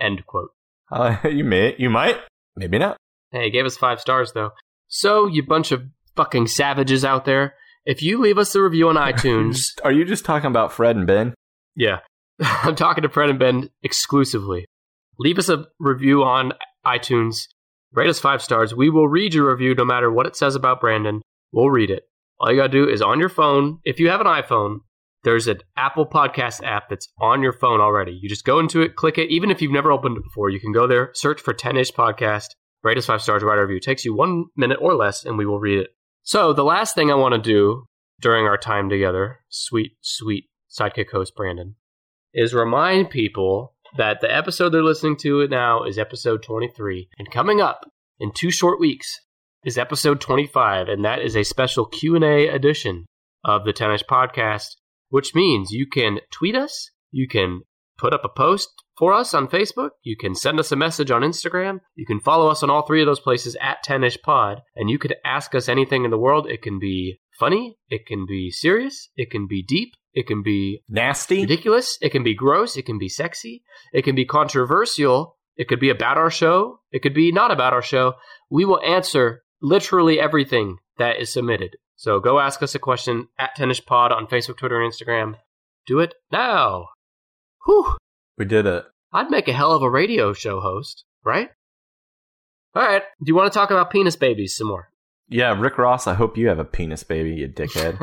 End quote.
Uh, you may, you might, maybe not.
Hey, he gave us five stars though. So you bunch of fucking savages out there, if you leave us a review on iTunes,
Are you just talking about Fred and Ben?
Yeah. I'm talking to Fred and Ben exclusively. Leave us a review on iTunes. Rate us five stars. We will read your review no matter what it says about Brandon. We'll read it. All you got to do is on your phone, if you have an iPhone, there's an Apple Podcast app that's on your phone already. You just go into it, click it. Even if you've never opened it before, you can go there, search for 10 ish podcast, rate us five stars, write a review. It takes you one minute or less, and we will read it. So, the last thing I want to do during our time together, sweet, sweet sidekick host Brandon, is remind people that the episode they're listening to now is episode 23. And coming up in two short weeks is episode 25, and that is a special Q&A edition of the 10 ish podcast which means you can tweet us, you can put up a post for us on Facebook, you can send us a message on Instagram, you can follow us on all three of those places at 10ish pod, and you could ask us anything in the world. It can be funny, it can be serious, it can be deep, it can be
Nasty.
ridiculous, it can be gross, it can be sexy, it can be controversial, it could be about our show, it could be not about our show. We will answer literally everything that is submitted. So go ask us a question at Tennis Pod on Facebook, Twitter, and Instagram. Do it now. Whew.
We did it.
I'd make a hell of a radio show host, right? All right. Do you want to talk about penis babies some more?
Yeah, Rick Ross, I hope you have a penis baby, you dickhead.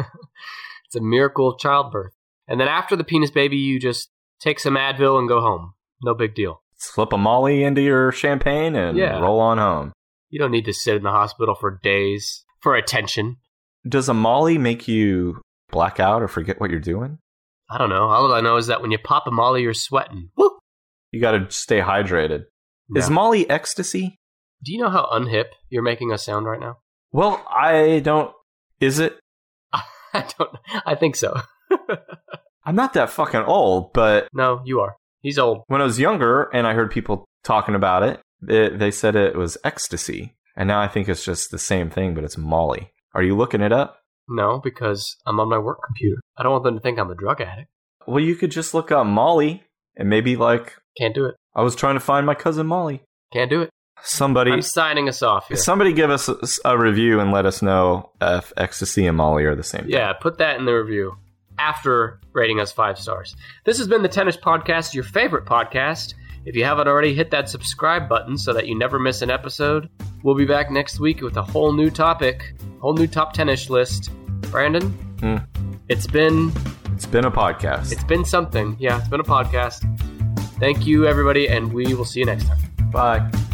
It's a miracle of childbirth. And then after the penis baby, you just take some Advil and go home. No big deal.
Slip a molly into your champagne and
Yeah.
roll on home.
You don't need to sit in the hospital for days for attention.
Does a molly make you black out or forget what you're doing?
I don't know. All I know is that when you pop a molly, you're sweating. Woo!
You got to stay hydrated. Is
Yeah.
molly ecstasy?
Do you know how unhip you're making us sound right now?
Well, I don't. Is it?
I don't. I think so.
I'm not that fucking old, but
No, you are. He's old.
when I was younger and I heard people talking about it, it they said it was ecstasy. And now I think it's just the same thing, but it's molly. Are you looking it up?
No, because I'm on my work computer. I don't want them to think I'm a drug addict.
Well, you could just look up molly and maybe like
Can't do it.
I was trying to find my cousin Molly.
Can't do it.
Somebody,
I'm signing us off here.
somebody, give us a, a review and let us know if ecstasy and Molly are the same. thing.
Yeah, put that in the review after rating us five stars. This has been the Tennis Podcast, your favorite podcast. If you haven't already, hit that subscribe button so that you never miss an episode. We'll be back next week with a whole new topic, whole new top tennis list. Brandon,
Hmm.
it's been
it's been a podcast.
it's been something. Yeah, it's been a podcast. Thank you, everybody, and we will see you next time.
Bye.